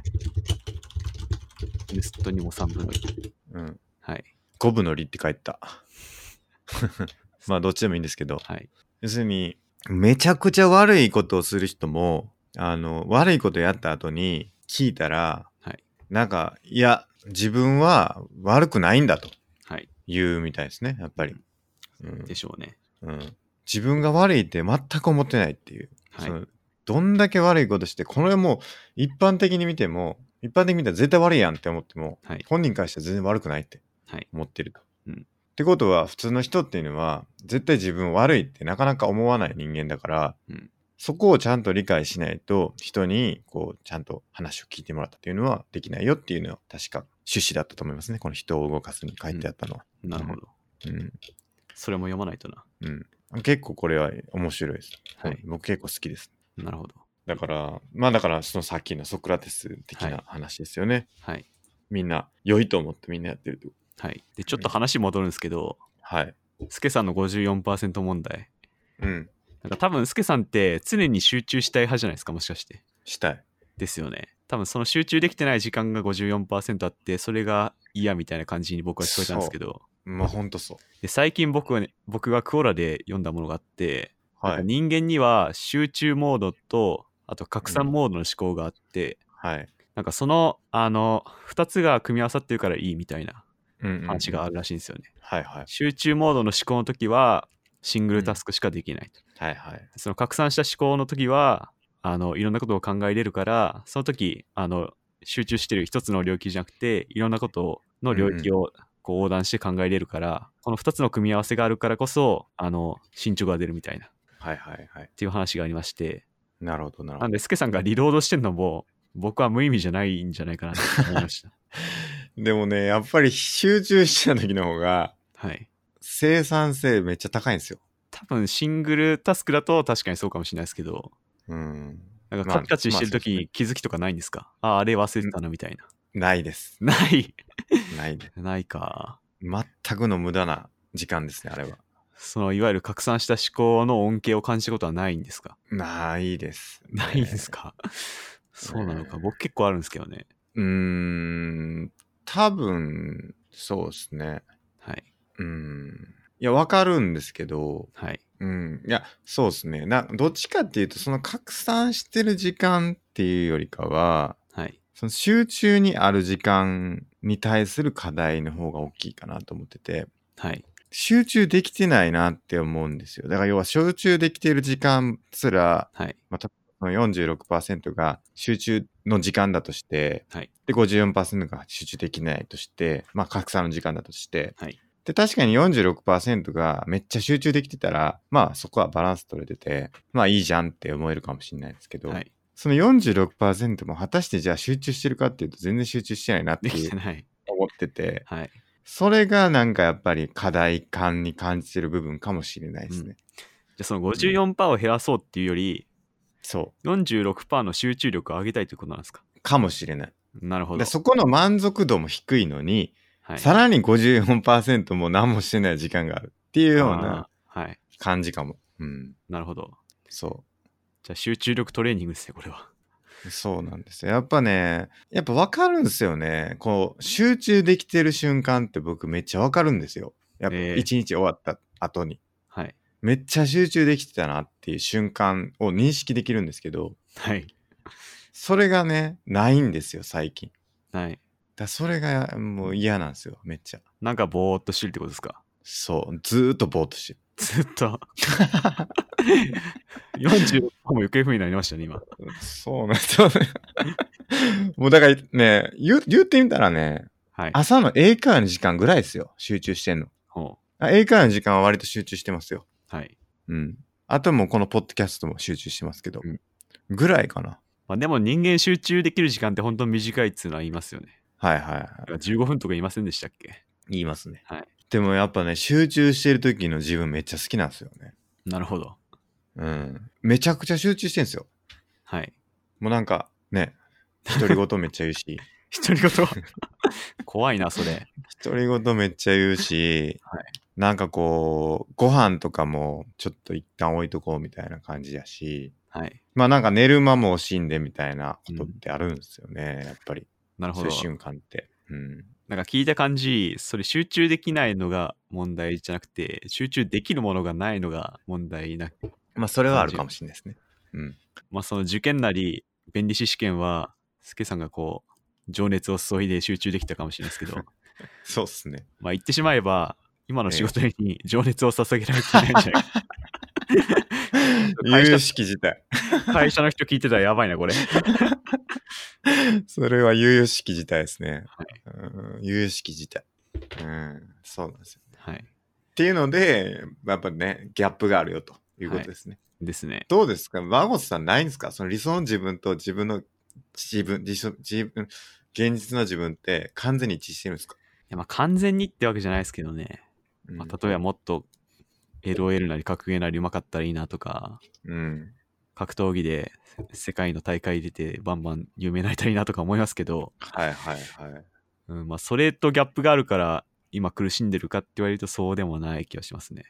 ヌスットにも3分の1。うん。はい。五部の理って書いてた。 まあ、どっちでもいいんですけど。はい。要するに、めちゃくちゃ悪いことをする人も、あの、悪いことやった後に聞いたら、はいなんか、いや、自分は悪くないんだとはい。いうみたいですね、やっぱり。うんでしょうね。うん、自分が悪いって全く思ってないっていう。はいそ。のどんだけ悪いことして、これもう一般的に見ても、一般的に見たら絶対悪いやんって思っても、はい。本人からしたら全然悪くないってはい。思ってると。うんってことは、普通の人っていうのは、絶対自分悪いってなかなか思わない人間だから、うんそこをちゃんと理解しないと、人にこうちゃんと話を聞いてもらったっていうのはできないよっていうのは、確か趣旨だったと思いますね。この人を動かすに書いてあったのは。なるほど。うんそれも読まないとな。うん、結構これは面白いです。はい。僕結構好きです。なるほど。だから、まあだから、そのさっきのソクラテス的はいな話ですよね。はい。みんな、良いと思ってみんなやってるってこと。はい。で、ちょっと話戻るんですけど、はい。スケさんの54%問題。うん。なんか多分、スケさんって常に集中したい派じゃないですか、もしかして。したい。ですよね。多分、その集中できてない時間が54%あって、それが嫌みたいな感じに僕は聞こえたんですけど、まあほんとそう。で最近僕はね、僕がクオラで読んだものがあって、はい。人間には集中モードと、あと拡散うんモードの思考があって、はい。なんかその、あの、2つが組み合わさってるからいいみたいなうんうんうん話があるらしいんですよね。はいはい。集中モードの思考の時はシングルタスクしかできないと、はいはい。その拡散した思考の時はあのいろんなことを考えれるからその時あの集中してる一つの領域じゃなくていろんなことをの領域をこう横断して考えれるから、この2つの組み合わせがあるからこそあの進捗が出るみたいなっはいはいはい。ていう話がありましてなるほどなるなほんど。でスケさんがリロードしてるのも僕は無意味じゃないんじゃないかなと思いました でもね、やっぱり集中した時の方が、はい生産性めっちゃ高いんですよ。多分シングルタスクだと確かにそうかもしれないですけどうん。なんかまあカチカチしてるまあそう時ですねに気づきとかないんですか、ああ、あれ忘れてたなみたいな。ないです。ない。ないです。ないか。全くの無駄な時間ですね、あれは。そのいわゆる拡散した思考の恩恵を感じたことはないんですかないです、ないんですか、そうなのか。僕結構あるんですけどね。うーん、多分、そうですね。はい。うん。いや、わかるんですけど、はい。うん。いや、そうですね。な、どっちかっていうと、その拡散してる時間っていうよりかは、はい。その集中にある時間に対する課題の方が大きいかなと思ってて、はい。集中できてないなって思うんですよ。だから要は集中できてる時間すら、はい。また46%が集中の時間だとして、はい。で、54%が集中できないとして、まあ、格差の時間だとして、はいで、確かに46%がめっちゃ集中できてたら、まあ、そこはバランス取れてて、まあ、いいじゃんって思えるかもしれないですけど、はい。その46%も果たしてじゃあ集中してるかっていうと、全然集中してないなってでいきてうない。思ってて、はい。それがなんかやっぱり課題感に感じてる部分かもしれないですね。じゃあその54%を減らそうっていうより、そ46%の集中力を上げたいということなんですかう。かもしれない。なるほどで。そこの満足度も低いのに、はい。さらに54%も何もしてない時間があるっていうようなあーはい。感じかも。うん。なるほど。そじゃあ集中力トレーニングですね、これは。う。そうなんですよ。やっぱね、やっぱわかるんですよね。こう、集中できてる瞬間って僕めっちゃわかるんですよ。やっぱええ一日終わった後に。はい。めっちゃ集中できてたなっていう瞬間を認識できるんですけど、はい。それがね、ないんですよ、最近。はい。だそれがもう嫌なんですよ、めっちゃ。なんかぼーっとしてるってことですかそう、ずーっとぼーっとしてる。ずっ と。46も行方不明になりましたね、今。そうなんですよね。 もうだからね、言う言ってみたらね、はい。朝の英会話の時間ぐらいですよ、集中してんの。ほあ英会話の時間は割と集中してますよ。うはい。うん。あともうこのポッドキャストも集中してますけど、うんぐらいかな。まあ、でも人間集中できる時間って本当に短いっつうのは言いますよね。はいはいはい。 15分とか言いませんでしたっけ言いますね。はい。でもやっぱね、集中してる時の自分めっちゃ好きなんですよね。なるほど。うん。めちゃくちゃ集中してんですよ。はい。もうなんか、ね、独り言めっちゃ言うし、独り言 怖いな、それ。独り言めっちゃ言うし、はいなんかこう、ご飯とかもちょっと一旦置いとこうみたいな感じやし、はい。まあなんか寝る間も惜しんでみたいなことってあるんですよね、やっぱり。なるそほういうど。瞬間って。うん。なんか聞いた感じ、それ集中できないのが問題じゃなくて、集中できるものがないのが問題なまあそれはあるかもしれないですね。うん。まあその受験なり弁理士試験は、スケさんがこう、情熱を注いで集中できたかもしれないですけ ど、そうっす ね。まあ言ってしまえば、今の仕事に情熱を捧げられてないんじゃないか。会社有識自体。会社の人聞いてたらやばいな、これ。それは有々しき事態ですね。はいうん有々しき事態。うん、そうなんですよ。 はい。っていうので、やっぱね、ギャップがあるよということですね。ですね。どうですかマゴスさんないんですかその理想の自分と自分の自分、理想自分、現実の自分って完全に一致してるんですか、いやまあ完全にってわけじゃないですけどね。うんまあ、例えばもっと LOL なり格ゲーなりうまかったらいいなとか、うん。格闘技で世界の大会出てバンバン有名になりたいなとか思いますけど、はいはいはい。うんまあ、それとギャップがあるから今苦しんでるかって言われるとそうでもない気がしますね。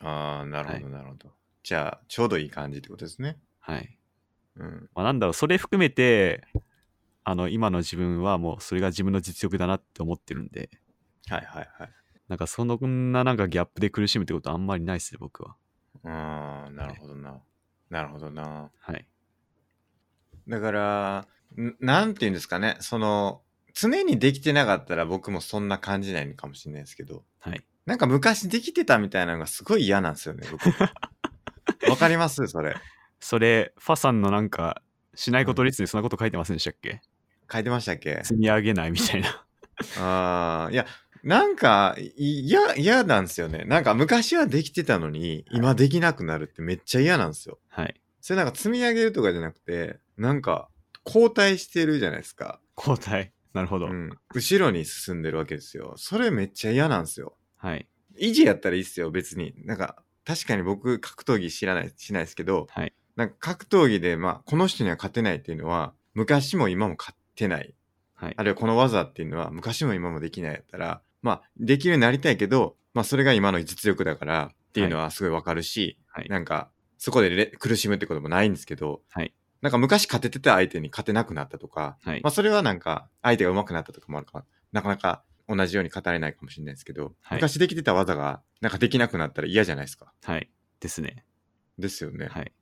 ああ、なるほどなるほど。じゃあ、ちょうどいい感じってことですね。はい。うん。まあ、なんだろう、それ含めて、あの、今の自分はもうそれが自分の実力だなって思ってるんで、はいはいはい。なんかそんななんかギャップで苦しむってことあんまりないですね、僕は。ああ、なるほどな。なるほどな。はい。だから、んなんて言うんですかね、その、常にできてなかったら僕もそんな感じないのかもしれないですけど、はい。なんか昔できてたみたいなのがすごい嫌なんですよね、僕。わかりますそれ。それ、ファさんのなんか、しないことリストにそんなこと書いてませんでしたっけ、書いてましたっけ積み上げないみたいな。ああ、いや、なんか、い嫌、嫌なんですよね。なんか昔はできてたのに、今できなくなるってめっちゃ嫌なんですよ。 はい。それなんか積み上げるとかじゃなくて、なんか、後退してるじゃないですか。交代。なるほど。うん、後ろに進んでるわけですよ。それめっちゃ嫌なんですよ。はい。維持やったらいいっすよ、別に。なんか、確かに僕、格闘技知らない、しないですけど、はいなんか格闘技で、まあ、この人には勝てないっていうのは、昔も今も勝てない。はいあ。るいはこの技っていうのは、昔も今もできないやったら、まあ、できるようになりたいけど、まあ、それが今の実力だからっていうのはすごいわかるし、はい。なんか、そこでれ苦しむってこともないんですけど、はいなんか昔勝ててた相手に勝てなくなったとか、はいまあ、それはなんか相手が上手くなったとかもあるからなかなか同じように語れないかもしれないですけど、はい昔できてた技がなんかできなくなったら嫌じゃないですか。はい。ですね。ですよね。はい。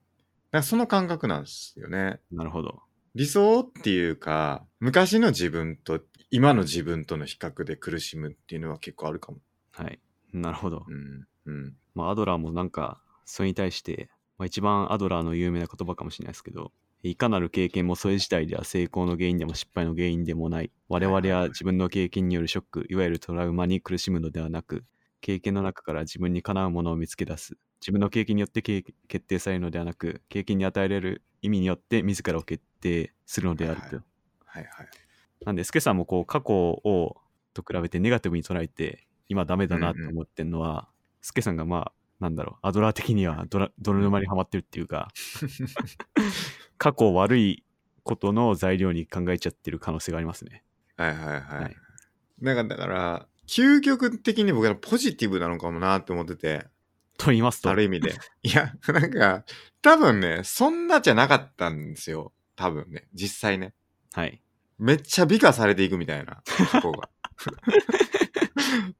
なんかその感覚なんですよね。なるほど。理想っていうか昔の自分と今の自分との比較で苦しむっていうのは結構あるかも。はい。なるほどう。んうん、まあ、アドラーもなんか、それに対して、まあ、一番アドラーの有名な言葉かもしれないですけど、いかなる経験もそれ自体では成功の原因でも失敗の原因でもない。我々は自分の経験によるショック、いわゆるトラウマに苦しむのではなく、経験の中から自分にかなうものを見つけ出す。自分の経験によってけ決定されるのではなく、経験に与えられる意味によって自らを決定するのであるはいと。はいはい。なんで、スケさんもこう過去をと比べてネガティブに捉えて、今ダメだなと思ってるのは、スケさんがまあ、なんだろう、アドラー的にはドラ泥沼にはまってるっていう か、過去悪いことの材料に考えちゃってる可能性がありますね。はいはいはい。はいなんかだから、究極的に僕はポジティブなのかもなって思ってて、と言いますと、ある意味で。 いや、なんか、多分ね、そんなじゃなかったんですよ。多分ね、実際ね。はい。めっちゃ美化されていくみたいな、そ こが。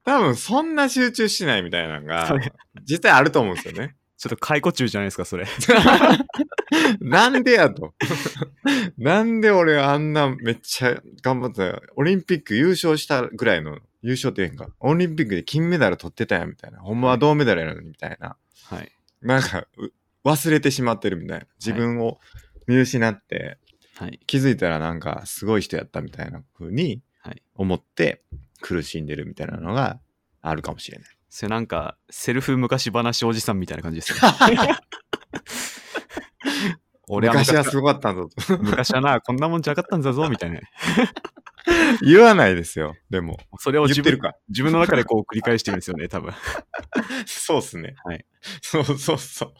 多分そんな集中しないみたいなのがそれ、実際あると思うんですよ ね。ちょっと解雇中じゃないですか、それ。なんでやと。なんで俺あんなめっちゃ頑張った、オリンピック優勝したぐらいの、優勝っていうか、オリンピックで金メダル取ってたやんみたいな、ほんまは銅メダルやのにみたいな、はい。なんかう忘れてしまってるみたいな、自分を見失って、はい。気づいたらなんかすごい人やったみたいな風にはい思って苦しんでるみたいなのがあるかもしれない。それなんか、セルフ昔話おじさんみたいな感じ ですね。俺は昔昔ははすごかったんだと。昔はな、こんなもんじゃなかったんだぞ、みたいな。言わないですよ、でも。それを言自って分るか。自分の中でこう繰り返してるんですよね、多分。そうっすね。はい。そうそうそう。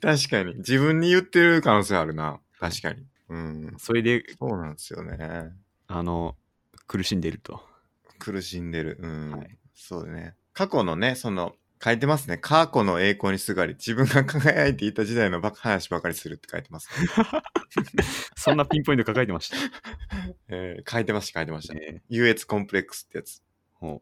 確かに。自分に言ってる可能性あるな。確かに。うん。それで、そうなんですよね。あの、苦しんでいると。苦しんでる。うん。はいそうだね。過去のね、その、書いてますね。過去の栄光にすがり、自分が輝いていた時代のば話ばかりするって書いてます、 そんなピンポイント抱えてました。えー書いてました、書いてました。えー優越コンプレックスってやつ。ほ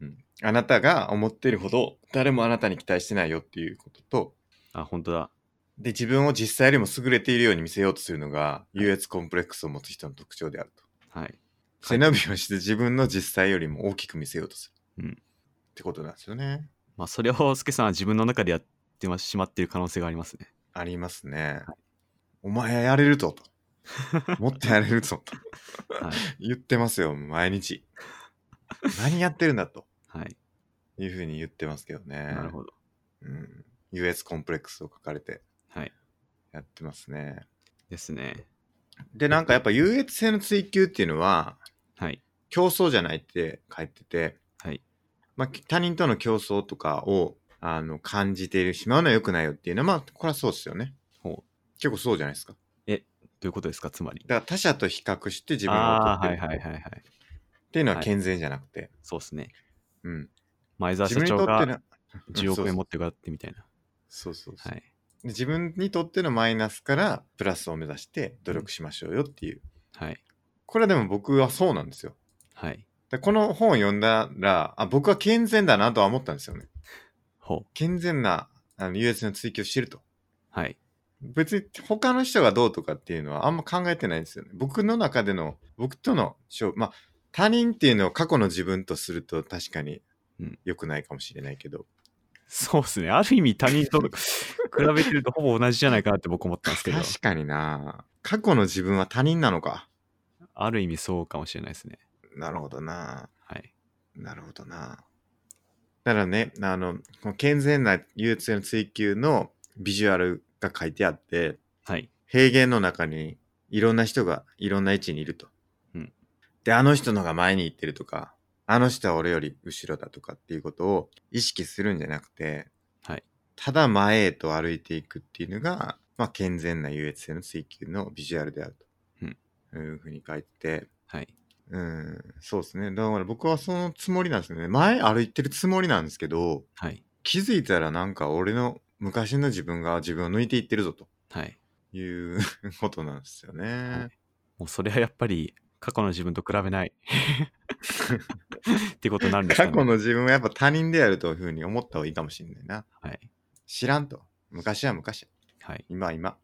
ううん。あなたが思ってるほど、誰もあなたに期待してないよっていうことと、あ、本当だ。で、自分を実際よりも優れているように見せようとするのが、優越コンプレックスを持つ人の特徴であると。はい。背伸びをして自分の実際よりも大きく見せようとする。うんってことなんですよね。まあ、それを、スケさんは自分の中でやってしまっている可能性がありますね。ありますね。お前やれるぞと。もっとやれるぞと。はい。言ってますよ、毎日。何やってるんだと はい。いうふうに言ってますけどね。なるほど。うん、US コンプレックスを書かれてはい。やってますね。ですね。で、なんかやっぱ優越性の追求っていうのは、はい。競争じゃないって書いてて、はい。まあ、他人との競争とかをあの感じてしまうのは良くないよっていうのは、まあ、これはそうですよね。ほう。結構そうじゃないですか。ということですか、つまり。だから他者と比較して自分をああー、劣はっいてるはいはいはい。っていうのははい健全じゃなくて、そうですね。うん、前澤自社分にと長ってが の10億円持もってくってみたいな。そうそうそう、はい。で自分にとってのマイナスからプラスを目指して努力しましょうよっていう、はい。これはでも僕はそうなんですよはい。でこの本を読んだらあ僕は健全だなとは思ったんですよねほう。健全なあの優越の追求をしてるとはい。別に他の人がどうとかっていうのはあんま考えてないんですよね。僕の中での、僕との勝負、まあ、他人っていうのを過去の自分とすると確かにうん良くないかもしれないけど、そうですね。ある意味他人と比べてるとほぼ同じじゃないかなって僕思ったんですけど、確かにな過去の自分は他人なのか。ある意味そうかもしれないですね。なるほどなはい。なるほどなだからね、あの、この健全な優越性の追求のビジュアルが書いてあって、はい。平原の中にいろんな人がいろんな位置にいると。うんで、あの人のが前に行ってるとか、あの人は俺より後ろだとかっていうことを意識するんじゃなくて、はいただ前へと歩いていくっていうのが、まあ、健全な優越性の追求のビジュアルであると。いうふうに書いてて、はい。うん、そうですね。だから僕はそのつもりなんですよね。前歩いてるつもりなんですけど、はい。気づいたらなんか俺の昔の自分が自分を抜いていってるぞとはい。いうことなんですよね。はいもうそれはやっぱり過去の自分と比 べない。ってことになるんですか過ね。去の自分はやっぱ他人であるというふうに思った方がいいかもしれないな。はい。知らんと。昔は昔。はい。今は今。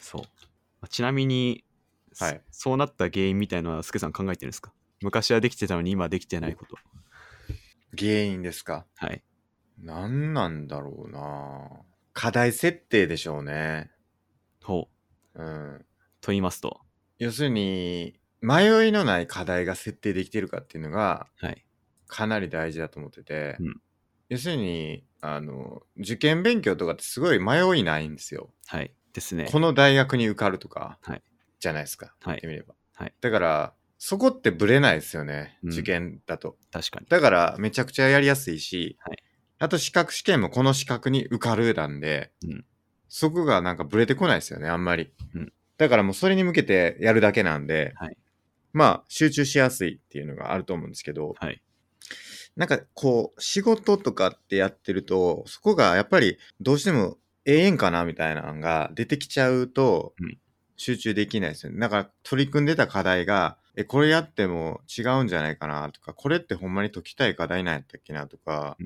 そう。まあちなみに、そはいそうなった原因みたいのは、スケさん考えてるんですか昔はできてたのに今はできてないこと。原因ですか。はい。何なんだろうな課題設定でしょうね。ほう。うん。と言いますと。要するに、迷いのない課題が設定できてるかっていうのがはい。かなり大事だと思ってて、うん要するに、あの、受験勉強とかってすごい迷いないんですよ。はい。ですね。この大学に受かるとか、はいじゃないですか、はい言ってみれば、はいだからそこってブレないですよね、うん受験だと確かに。だからめちゃくちゃやりやすいし、はいあと資格試験もこの資格に受かるなんで、うんそこがなんかブレてこないですよねあんまり、うんだからもうそれに向けてやるだけなんで、はいまあ集中しやすいっていうのがあると思うんですけど、はい。なんかこう仕事とかってやってるとそこがやっぱりどうしてもええんかなみたいなのが出てきちゃうとうん集中できないですよね。だから取り組んでた課題がえこれやっても違うんじゃないかなとかこれってほんまに解きたい課題なんやったっけなとか、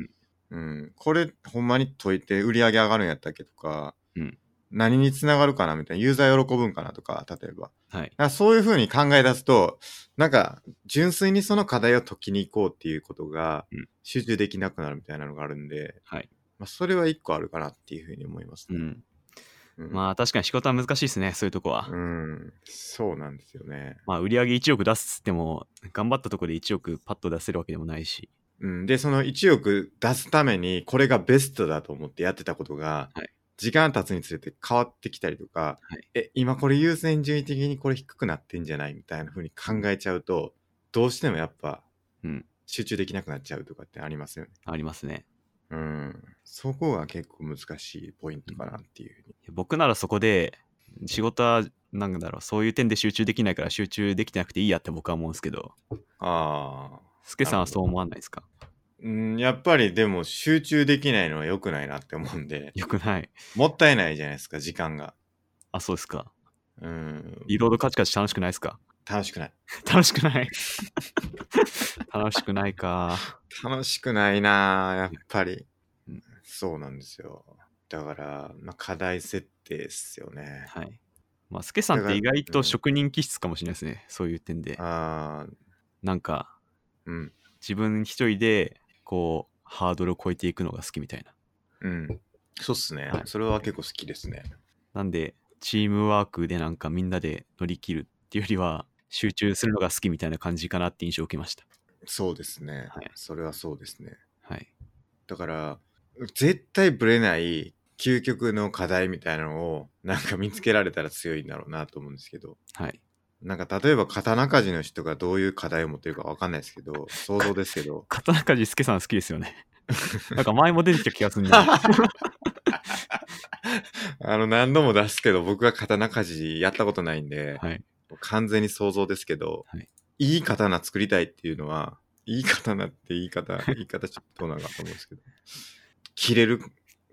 うんこれほんまに解いて売り上げ上がるんやったっけとか、うん何につながるかなみたいなユーザー喜ぶんかなとか例えばはい。あそういうふうに考え出すと、なんか、純粋にその課題を解きに行こうっていうことがうん、集中できなくなるみたいなのがあるんで、はい。まあ、それは一個あるかなっていうふうに思いますうね。ん。うんまあ確かに仕事は難しいですね。そういうとこは。うん、そうなんですよね。まあ売り上げ1億出すっつっても、頑張ったとこで1億パッと出せるわけでもないし。うん、で、その1億出すために、これがベストだと思ってやってたことが、はい時間経つにつれて変わってきたりとか、はいえ、今これ優先順位的にこれ低くなってんじゃないみたいなふうに考えちゃうと、どうしてもやっぱ、うん集中できなくなっちゃうとかってありますよね。ありますね。うん、そこが結構難しいポイントかなっていうふうに。僕ならそこで、仕事は、なんだろう、そういう点で集中できないから集中できてなくていいやって僕は思うんですけど、ああ。スケさんはそう思わないですかうん、やっぱりでも集中できないのは良くないなって思うんで、よくない。もったいないじゃないですか、時間が。あ、そうですか。うん、リロードカチカチ楽しくないですか楽しくない。楽しくない 楽しくないか。楽しくないなあやっぱりうん。そうなんですよ。だから、まあ、課題設定っすよね。はい。まあ、スケさんっだかてら意外と職人気質かもしれないですね。そういう点で。あーなんか、うん自分一人で、こう、ハードルを超えていくのが好きみたいな。うんそうっすね、はいそれは結構好きですねなんで、チームワークでなんかみんなで乗り切るっていうよりは、集中するのが好きみたいな感じかなって印象を受けました。そうですね、はいそれはそうですねはい。だから絶対ブレない究極の課題みたいなのをなんか見つけられたら強いんだろうなと思うんですけどはい。なんか例えば刀鍛冶の人がどういう課題を持ってるかわかんないですけど想像ですけ ど刀鍛冶スケさん好きですよね。なんか前も出てきた気がするな。あの何度も出すけど僕は刀鍛冶やったことないんで、 はい。完全に想像ですけど、はいい、い刀作りたいっていうのはいい刀って言い方言い方ちょっとどうなのかと思うんですけど切れる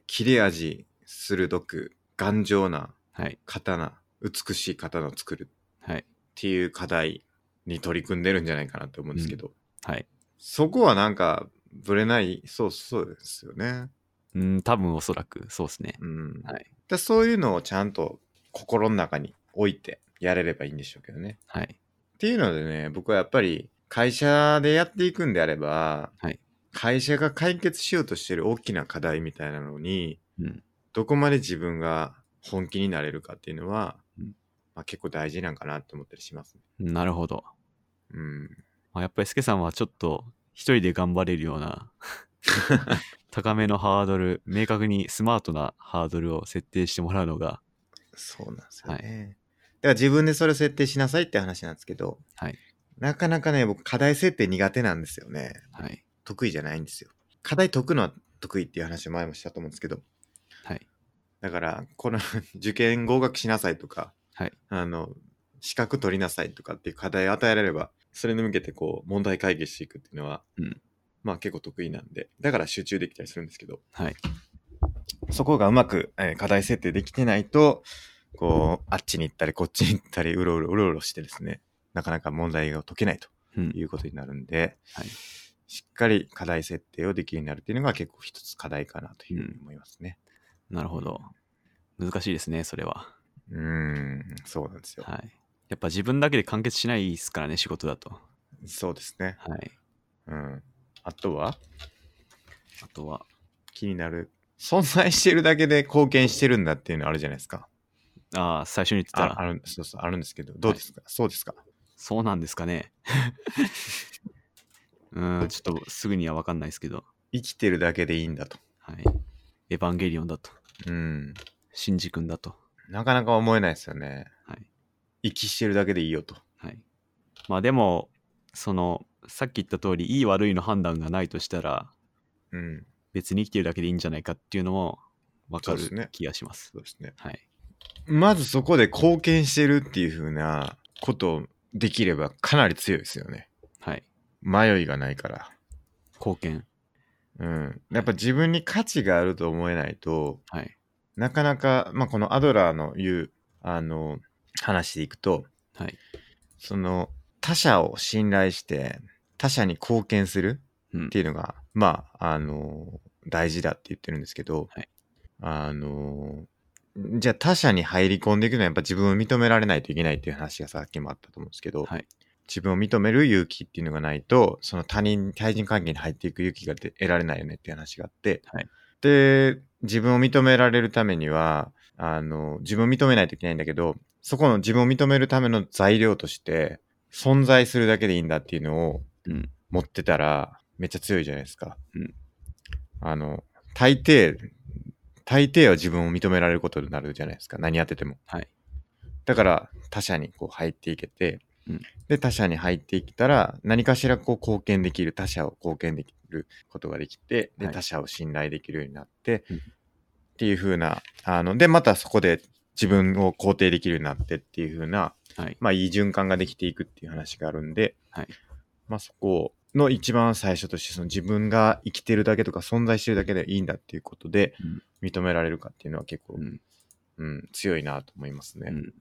切れ味鋭く頑丈なはい。刀美しい刀を作るはい。っていう課題に取り組んでるんじゃないかなと思うんですけど、はい。そこはなんかぶれないそうそうですよね。うん、多分おそらく、そうですね。うんはいだそういうのをちゃんと心の中に置いてやれればいいんでしょうけどね。はい。っていうのでね僕はやっぱり会社でやっていくんであれば、はい会社が解決しようとしてる大きな課題みたいなのにうん。どこまで自分が本気になれるかっていうのは、うんまあ、結構大事なんかなって思ったりしますね。なるほど。うん、まあ、やっぱりスケさんはちょっと一人で頑張れるような高めのハードル、明確にスマートなハードルを設定してもらうのが、そうなんですよね。だから自分でそれを設定しなさいって話なんですけど、はいなかなかね僕課題設定苦手なんですよね。はい。得意じゃないんですよ。課題解くのは得意っていう話を前もしたと思うんですけど、はい。だから、この 受験合格しなさいとか、はいあの、資格取りなさいとかっていう課題を与えられれば、それに向けてこう、問題解決していくっていうのは、うんまあ結構得意なんで、だから集中できたりするんですけど、はい。そこがうまく、えー課題設定できてないと、こう、あっちに行ったり、こっちに行ったり、うろうろうろうろしてですね、なかなか問題が解けないとうんいうことになるんで、はいしっかり課題設定をできるようになるっていうのが結構一つ課題かなというふうに思いますね。なるほど。難しいですね、それは。うーん、そうなんですよ。はい。やっぱ自分だけで完結しないですからね、仕事だと。そうですね。はい。うん。あとはあとは、気になる。存在してるだけで貢献してるんだっていうのあるじゃないですか。ああ、最初に言ってたああら、るそうそうあるんですけど、どうですか、そうですかそうなんです かね。うーん、ちょっとすぐには分かんないですけど、生きてるだけでいいんだと。はい。エヴァンゲリオンだと、うん。シンジ君だと、なかなか思えないですよね。はい。息してるだけでいいよと。はい、まあでもそのさっき言った通りいい悪いの判断がないとしたらうん。別に生きてるだけでいいんじゃないかっていうのも分かそうでするね気がします。そうですね。はい、まずそこで貢献してるっていうふうなことをできればかなり強いですよね。はい、迷いがないから。貢献、うん。やっぱ自分に価値があると思えないと、はい、なかなか、まあ、このアドラーの言う、あの、話でいくと、はい、その、他者を信頼して、他者に貢献するうんっていうのが、まあ、あの、大事だって言ってるんですけど、はいあの、じゃあ他者に入り込んでいくのはやっぱ自分を認められないといけないっていう話がさっきもあったと思うんですけど、はい自分を認める勇気っていうのがないと、その他人、対人関係に入っていく勇気がで得られないよねっていう話があって、はいで、自分を認められるためには、あの、自分を認めないといけないんだけど、そこの自分を認めるための材料として、存在するだけでいいんだっていうのをうん、持ってたら、めっちゃ強いじゃないですか。うんあの、大抵、大抵は自分を認められることになるじゃないですか。何やってても。はい、だから他者にこう入っていけて、うんで他者に入っていったら何かしらこう貢献できる他者を貢献できることができてで、はい他者を信頼できるようになって、うんっていう風なあのでまたそこで自分を肯定できるようになってっていう風なはい、まあいい循環ができていくっていう話があるんで、はいまあそこの一番最初としてその自分が生きてるだけとか存在してるだけでいいんだっていうことでうん認められるかっていうのは結構、ううんん、強いなと思いますね。うん。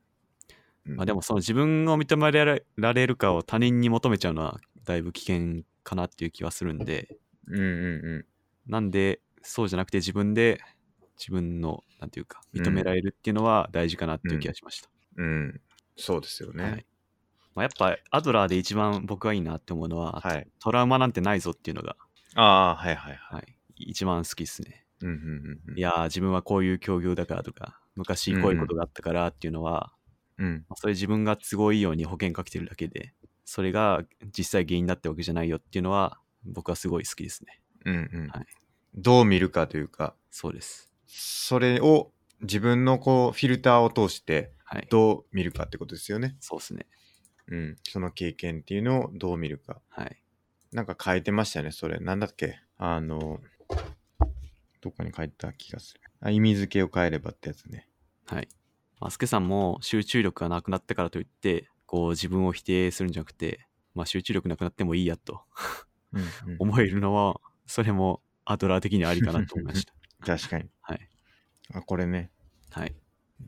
うんまあでもその自分を認められるかを他人に求めちゃうのはだいぶ危険かなっていう気はするんで、うんうんうんなんでそうじゃなくて自分で自分のなんていうかうん認められるっていうのは大事かなっていう気がしました。うん。そうですよはねい。まあ、やっぱアドラーで一番僕がいいなって思うのは、はい。トラウマなんてないぞっていうのが、ああ、はいはいはい。はい、一番好きですね。うんうんうんうん。いやー自分はこういう境遇だからとか昔こういうことがあったからっていうのは、うん。まあそれ自分が都合いいように保険かけてるだけでそれが実際原因だってわけじゃないよっていうのは僕はすごい好きですねうんうんはい。どう見るかというか、そうですそれを自分のこう、フィルターを通してはいどう見るかってことですよね。そうですねうん。その経験っていうのをどう見るか。はいなんか変えてましたよね、それ。なんだっけあの、どっかに書いてた気がする。あ、意味付けを変えればってやつね。はいまあスケさんも集中力がなくなったからといってこう自分を否定するんじゃなくて、まあ、集中力なくなってもいいやとうん、思えるのはそれもアドラー的にはありかなと思い ました確かに。はいあ、これね。はい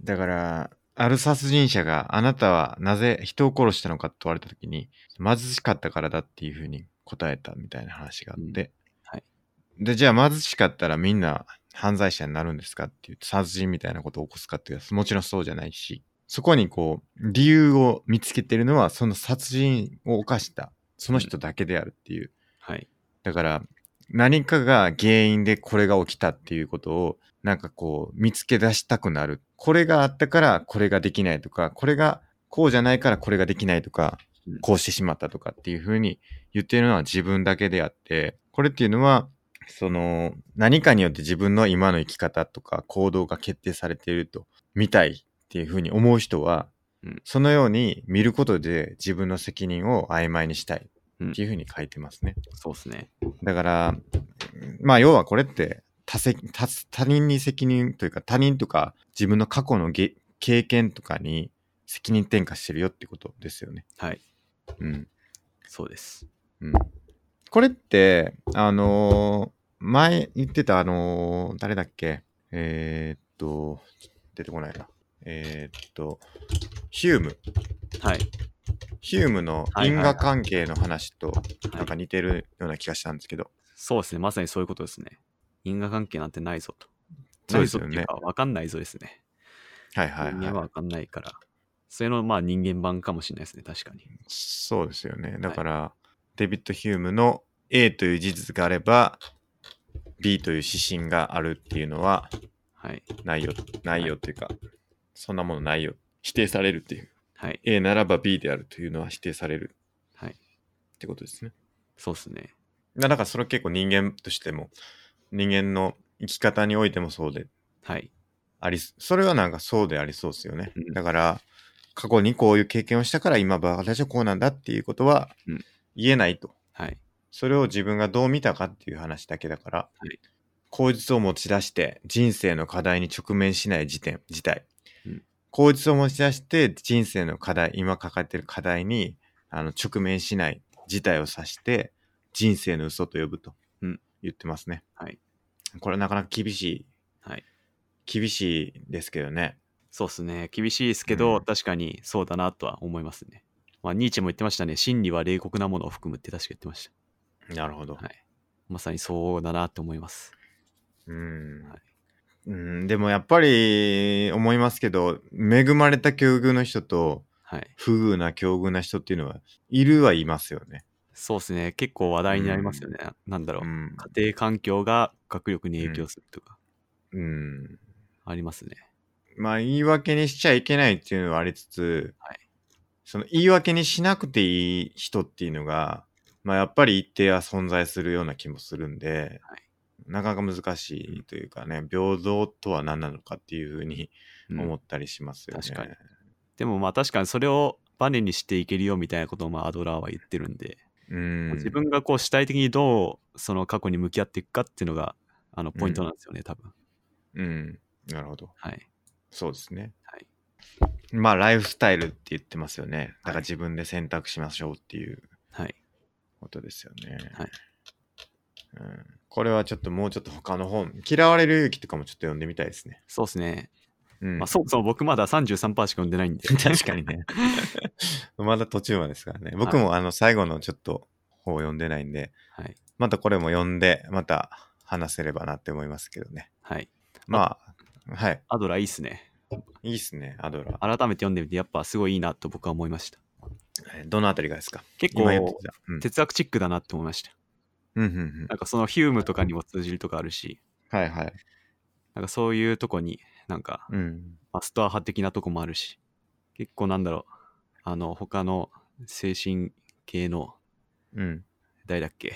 だから、ある殺人者があなたはなぜ人を殺したのかと問われた時に貧しかったからだっていうふうに答えたみたいな話があって、うんはいでじゃあ貧しかったらみんな犯罪者になるんですかっていう殺人みたいなことを起こすかっていうともちろんそうじゃないしそこにこう理由を見つけてるのはその殺人を犯したその人だけであるっていう、はいだから何かが原因でこれが起きたっていうことをなんかこう見つけ出したくなる。これがあったからこれができないとか、これがこうじゃないからこれができないとかうん、こうしてしまったとかっていうふうに言ってるのは自分だけであって、これっていうのは、その何かによって自分の今の生き方とか行動が決定されていると見たいっていうふうに思う人は、うんそのように見ることで自分の責任を曖昧にしたいっていうふうに書いてますね。そうですねだから、まあ要はこれって他責他他人に責任というか他人とか自分の過去のげ経験とかに責任転嫁してるよってことですよね。はいうん。そうですうん、これって、あのー前言ってたあのー誰だっけえー、っと、出てこないな。えー、っと、ヒューム。はいヒュームのはい因はいはい果関係の話となんか似てるような気がしたんですけど。そうですね、まさにそういうことですね。因果関係なんてないぞと。そうなでいすぞっよていねうか、わかんないぞですね。はいはい人間ははい。わかんないから。それのまあ人間版かもしれないですね、確かに。そうですよね。だから、デビッド・ヒュームの A という事実があれば、B という指針があるっていうのは、はい。ないよ、ないよっていうか、そんなものないよ。否定されるっていう。はい。 A ならば B であるというのは否定されるはい。ってことですね。そうですね。だからそれは結構人間としても、人間の生き方においてもそうではい。あり、それはなんかそうでありそうですよねう。んだから、過去にこういう経験をしたから今は私はこうなんだっていうことはうん言えないと。はい。それを自分がどう見たかっていう話だけだから、はい口実を持ち出して人生の課題に直面しない時点自体、うん口実を持ち出して人生の課題今抱えてる課題にあの直面しない事態を指して人生の嘘と呼ぶとうん言ってますね、はいこれなかなか厳しいはい。厳しいですけどねそうですね。厳しいですけど、うん確かにそうだなとは思いますね。まあ、ニーチェも言ってましたね。真理は冷酷なものを含むって確か言ってました。なるほど、はい。まさにそうだなと思います。うんはいうんでもやっぱり思いますけど恵まれた境遇の人とはい。不遇な境遇な人っていうのはいるはいますよね。そうですね。結構話題になりますよね。なんだろう。うん。家庭環境が学力に影響するとか。うん、ありますね。まあ言い訳にしちゃいけないっていうのはありつつ、はいその言い訳にしなくていい人っていうのが、まあやっぱり一定は存在するような気もするんで、はいなかなか難しいというかね、平等とは何なのかっていうふうにうん思ったりしますよね。確かにでもまあ確かにそれをバネにしていけるよみたいなことをまあアドラーは言ってるんで、うん。自分がこう主体的にどうその過去に向き合っていくかっていうのがあのポイントなんですよね、多分。うん。なるほど。はい。そうですね。はいまあライフスタイルって言ってますよね。だから自分で選択しましょうっていうはい。ことですよね。はいうん、これはちょっともうちょっと他の本、嫌われる勇気とかもちょっと読んでみたいですね。そうですね。うん、まあそもそも僕まだ33%しか読んでないんで。 確かにね。まだ途中までですからね。僕もあの最後のちょっと本を読んでないんで、はい。またこれも読んで、また話せればなって思いますけどね。はい。まあ、はい。アドラーいいっすね。いいっすね、アドラー。改めて読んでみてやっぱすごいいいなと僕は思いましたえーどのあたりがですか結今言って構きた。うん。哲学チックだなって思いましたうんうんうんなんかそのヒュームとかにも通じるとかあるしはいはい。なんかそういうとこになんかうん。まあストア派的なとこもあるし結構なんだろうあの他の精神系のうん。誰だっけ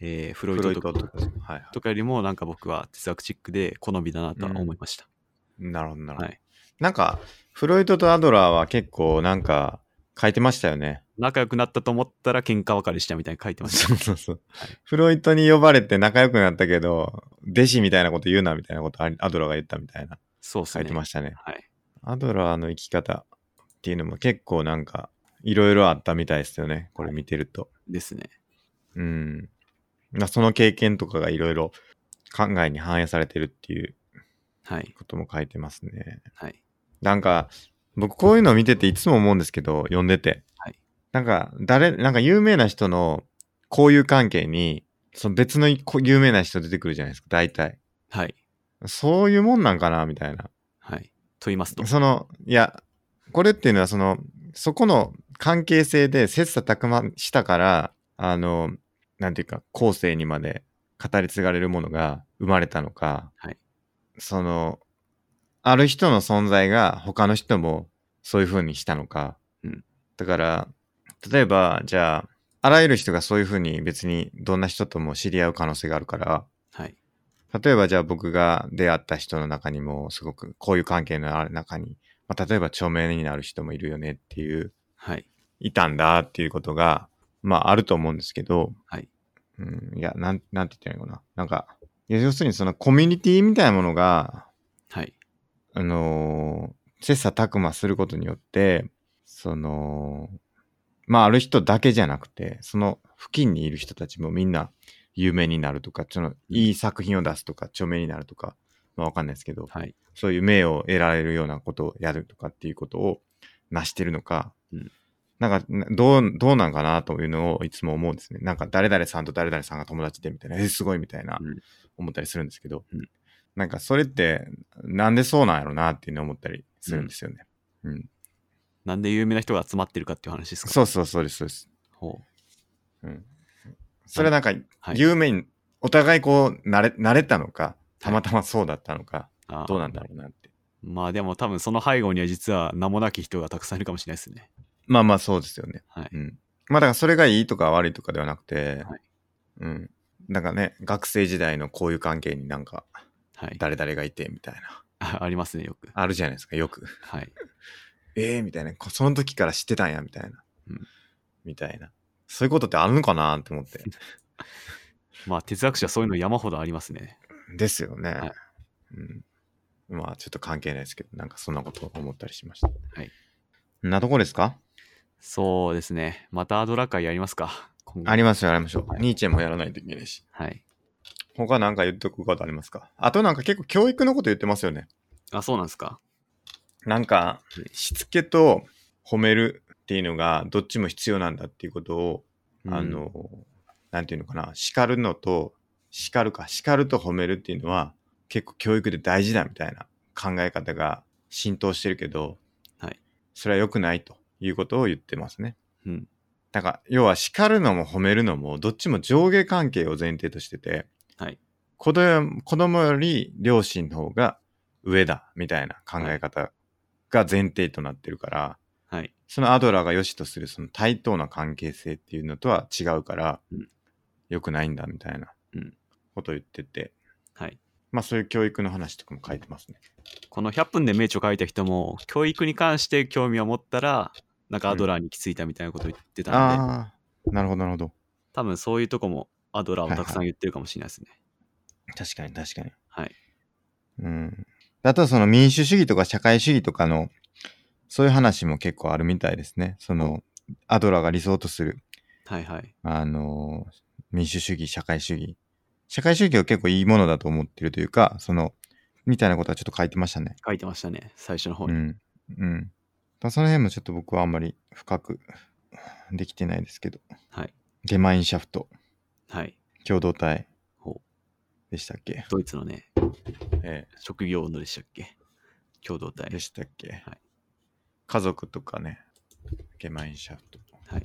えー、フロイフロトイとトかとか。はいはい。とかよりもなんか僕は哲学チックで好みだなとは思いました、なるほどなるほど。はいなんか、フロイトとアドラーは結構なんか書いてましたよね。仲良くなったと思ったら喧嘩別れしたみたいに書いて ましたそうそうそう。フロイトに呼ばれて仲良くなったけど、弟子みたいなこと言うなみたいなことありアドラーが言ったみたいな。そうです書ねいてましたね。はいアドラーの生き方っていうのも結構なんか、いろいろあったみたいですよね。これ見てると。ですねうん。まあその経験とかがいろいろ考えに反映されてるっていうはいことも書いてますね。はいなんか、僕こういうのを見てていつも思うんですけど、読んでて。はいなんか、誰、なんか有名な人の交友関係に、その別のこ有名な人出てくるじゃないですか、大体。はいそういうもんなんかな、みたいな。はいと言いま すとその、いや、これっていうのはその、そこの関係性で切磋琢磨したから、あの、なんていうか、後世にまで語り継がれるものが生まれたのか、はいその、ある人の存在が他の人もそういう風にしたのか。うんだから、例えば、じゃあ、あらゆる人がそういう風に別にどんな人とも知り合う可能性があるから、はい例えばじゃあ僕が出会った人の中にもすごくこういう関係のある中に、まあ、例えば著名になる人もいるよねっていうはいいたんだっていうことがまああると思うんですけど、はいうん、いやなんなんて言ったらいいのかななんかいや要するにそのコミュニティみたいなものがはいあのー切磋琢磨することによってそのまあある人だけじゃなくてその付近にいる人たちもみんな有名になるとかそのいい作品を出すとか著名になるとかまあわかんないですけどはいそういう名を得られるようなことをやるとかっていうことを成してるのか、うんなんかなどうどうなんかなというのをいつも思うんですね。なんか誰々さんと誰々さんが友達でみたいな、え、すごいみたいなうん思ったりするんですけど、うんなんかそれってなんでそうなんやろなっていうのを思ったりするんですよね。うんなんで有名な人が集まってるかっていう話ですかそうそうそうです、そうです。ほううん、それはなんかはい有名に、お互いこう慣れ慣れたのか、たまたまそうだったのか、あーどうなんだろうなって。まあでも多分その背後には実は名もなき人がたくさんいるかもしれないですねまあまあそうですよね。はいうん。まあだからそれがいいとか悪いとかではなくて、はいうん。なんかね、学生時代の交友関係になんかはい誰々がいてみたいな、 あありますねよくあるじゃないですか、よく。はいええみたいな、こその時から知ってたんや、みたいな。うんみたいな。そういうことってあるのかなって思 って。まあ哲学者そういうの山ほどありますねですよね。はいうん。まあちょっと関係ないですけど、なんかそんなことを思ったりしました。はい。んなとこですかそうですねまたアドラー会やりますか今後ありますよ、ありましょう。はいニーチェもやらないといけないし。はい他なんか言っとくことありますかあとなんか結構教育のこと言ってますよね。あそうなんですかなんかはい、しつけと褒めるっていうのが、どっちも必要なんだっていうことを、うんあの、なんていうのかな、叱るのと、叱るか、叱ると褒めるっていうのは、結構教育で大事だみたいな考え方が浸透してるけど、はいそれは良くないということを言ってますね。うんだから、要は叱るのも褒めるのも、どっちも上下関係を前提としてて、はい子供子供より両親の方が上だみたいな考え方が前提となってるから、はいそのアドラーが良しとするその対等な関係性っていうのとは違うから、うん良くないんだみたいなうんことを言ってて、はいまあそういう教育の話とかも書いてますね。この100分で名著書いた人も教育に関して興味を持ったらなんかアドラーに行き着いたみたいなことを言ってたんで、ああ、なるほどなるほど。多分そういうとこもアドラーをたくさん言ってるかもしれないですね確かに確かに。はいうん。あとはその民主主義とか社会主義とかの、そういう話も結構あるみたいですね。その、アドラーが理想とするはいはいあの、民主主義、社会主義。社会主義を結構いいものだと思ってるというか、その、みたいなことはちょっと書いてましたね。書いてましたね最初の方うに、ん。うん。だからその辺もちょっと僕はあんまり深くできてないですけど。はいゲマインシャフト、はい共同体ほでしたっけドイツのねええ。職業のでしたっけ共同体で。したっけ、はい家族とかね、ゲマインシャフト。はい。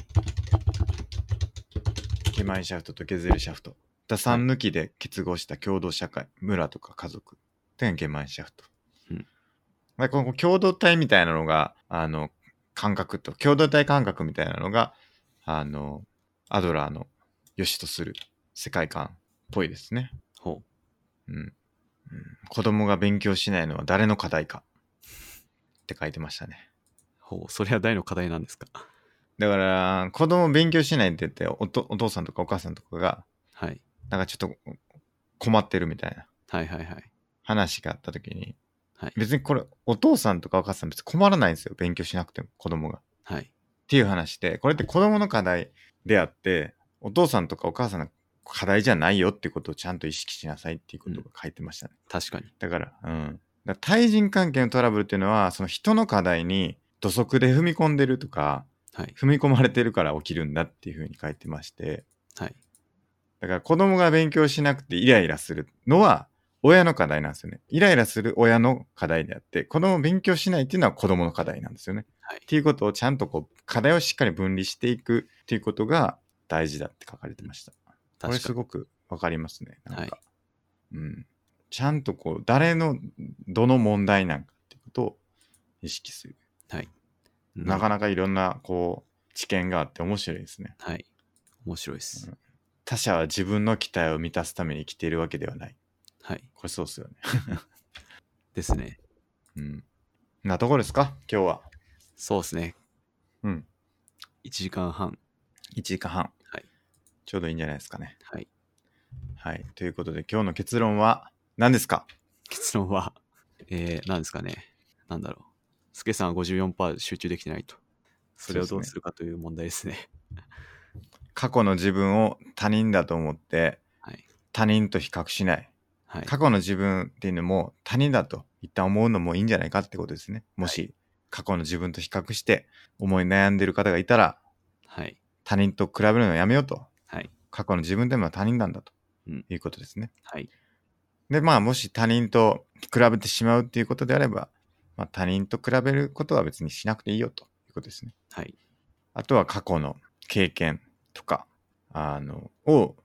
ゲマインシャフトとゲゼルシャフト。打算抜きで結合した共同社会、村とか家族。てんゲマインシャフト。うんまあこの共同体みたいなのが、あの、感覚と、共同体感覚みたいなのが、あの、アドラーの良しとする世界観っぽいですね。ほうん。うん子供が勉強しないのは誰の課題か。って書いてましたね。う。ほう。それは大の課題なんですか。だから、子供勉強しないって言っておと、お父さんとかお母さんとかが、はい。なんかちょっと困ってるみたいなはいはいはい。話があった時に、はい。別にこれ、お父さんとかお母さん別に困らないんですよ。勉強しなくても、子供が。っはい。ていう話で、これって子供の課題であって、お父さんとかお母さんの課題じゃないよっていうことをちゃんと意識しなさいっていうことが書いてましたね。確かに。だから、うん。だから対人関係のトラブルっていうのは、その人の課題に土足で踏み込んでるとか、はい。踏み込まれてるから起きるんだっていうふうに書いてまして、はい。だから子供が勉強しなくてイライラするのは親の課題なんですよね。イライラする親の課題であって、子供勉強しないっていうのは子供の課題なんですよね。はいっていうことをちゃんとこう、課題をしっかり分離していくっていうことが大事だって書かれてました。これ確かすに。ごくわかりますね。なんか、はいうん。ちゃんとこう、誰の、どの問題なんかっていうことを意識する。うんなかなかいろんなこう、知見があって面白いですね。はい。面白いです。うん他者は自分の期待を満たすために生きているわけではない。はい。これそうっすよね。ですね。うん。なとこですか今日は。そうですね。うん。 1時間半。 1時間半。はい。ちょうどいいんじゃないですかね。はい。はい。ということで今日の結論は何ですか結論は、えー、何ですかね。なんだろう。スケさんは54%集中できてないと。それをどうするかという問題ですね。過去の自分を他人だと思ってはい。他人と比較しない。はい。過去の自分っていうのも他人だと一旦思うのもいいんじゃないかってことですね。もし過去の自分と比較して思い悩んでる方がいたらはい。他人と比べるのやめようと。はい。過去の自分でも他人なんだとうんいうことですね。はい。で、まあ、もし他人と比べてしまうっていうことであれば、まあ、他人と比べることは別にしなくていいよということですね。はい。あとは過去の経験とか、あの、を、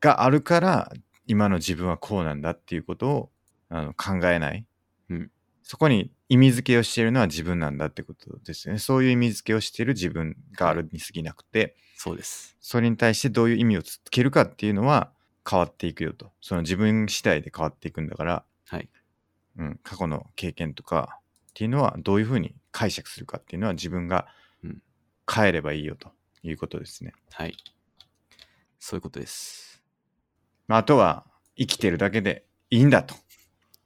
があるから、今の自分はこうなんだっていうことをあの考えない。うんそこに意味付けをしているのは自分なんだってことですよね。そういう意味付けをしている自分があるに過ぎなくて、そうです。それに対してどういう意味をつけるかっていうのは変わっていくよと。その自分次第で変わっていくんだから、はい。うん、過去の経験とかっていうのはどういうふうに解釈するかっていうのは自分がうん変えればいいよということですね。はい。そういうことです。まあ、あとは生きてるだけでいいんだと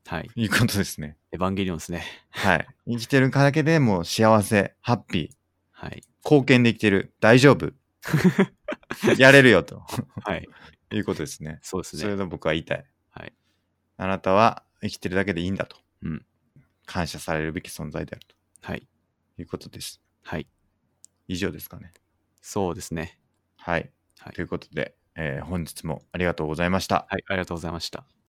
はい。いうことです ね。エヴァンゲリオンですね。はい。生きてるだけでもう幸せ、ハッピー、はい。貢献できてる、大丈 夫、やれるよとはい。いうことですね。そうです それね。が僕は言いたい。はい。あなたは生きてるだけでいいんだと。うん感謝されるべき存在であるはい。ということです。はい。以上ですかね。そうですね。はい。はいということで、えー本日もありがとうございました。はい。ありがとうございました。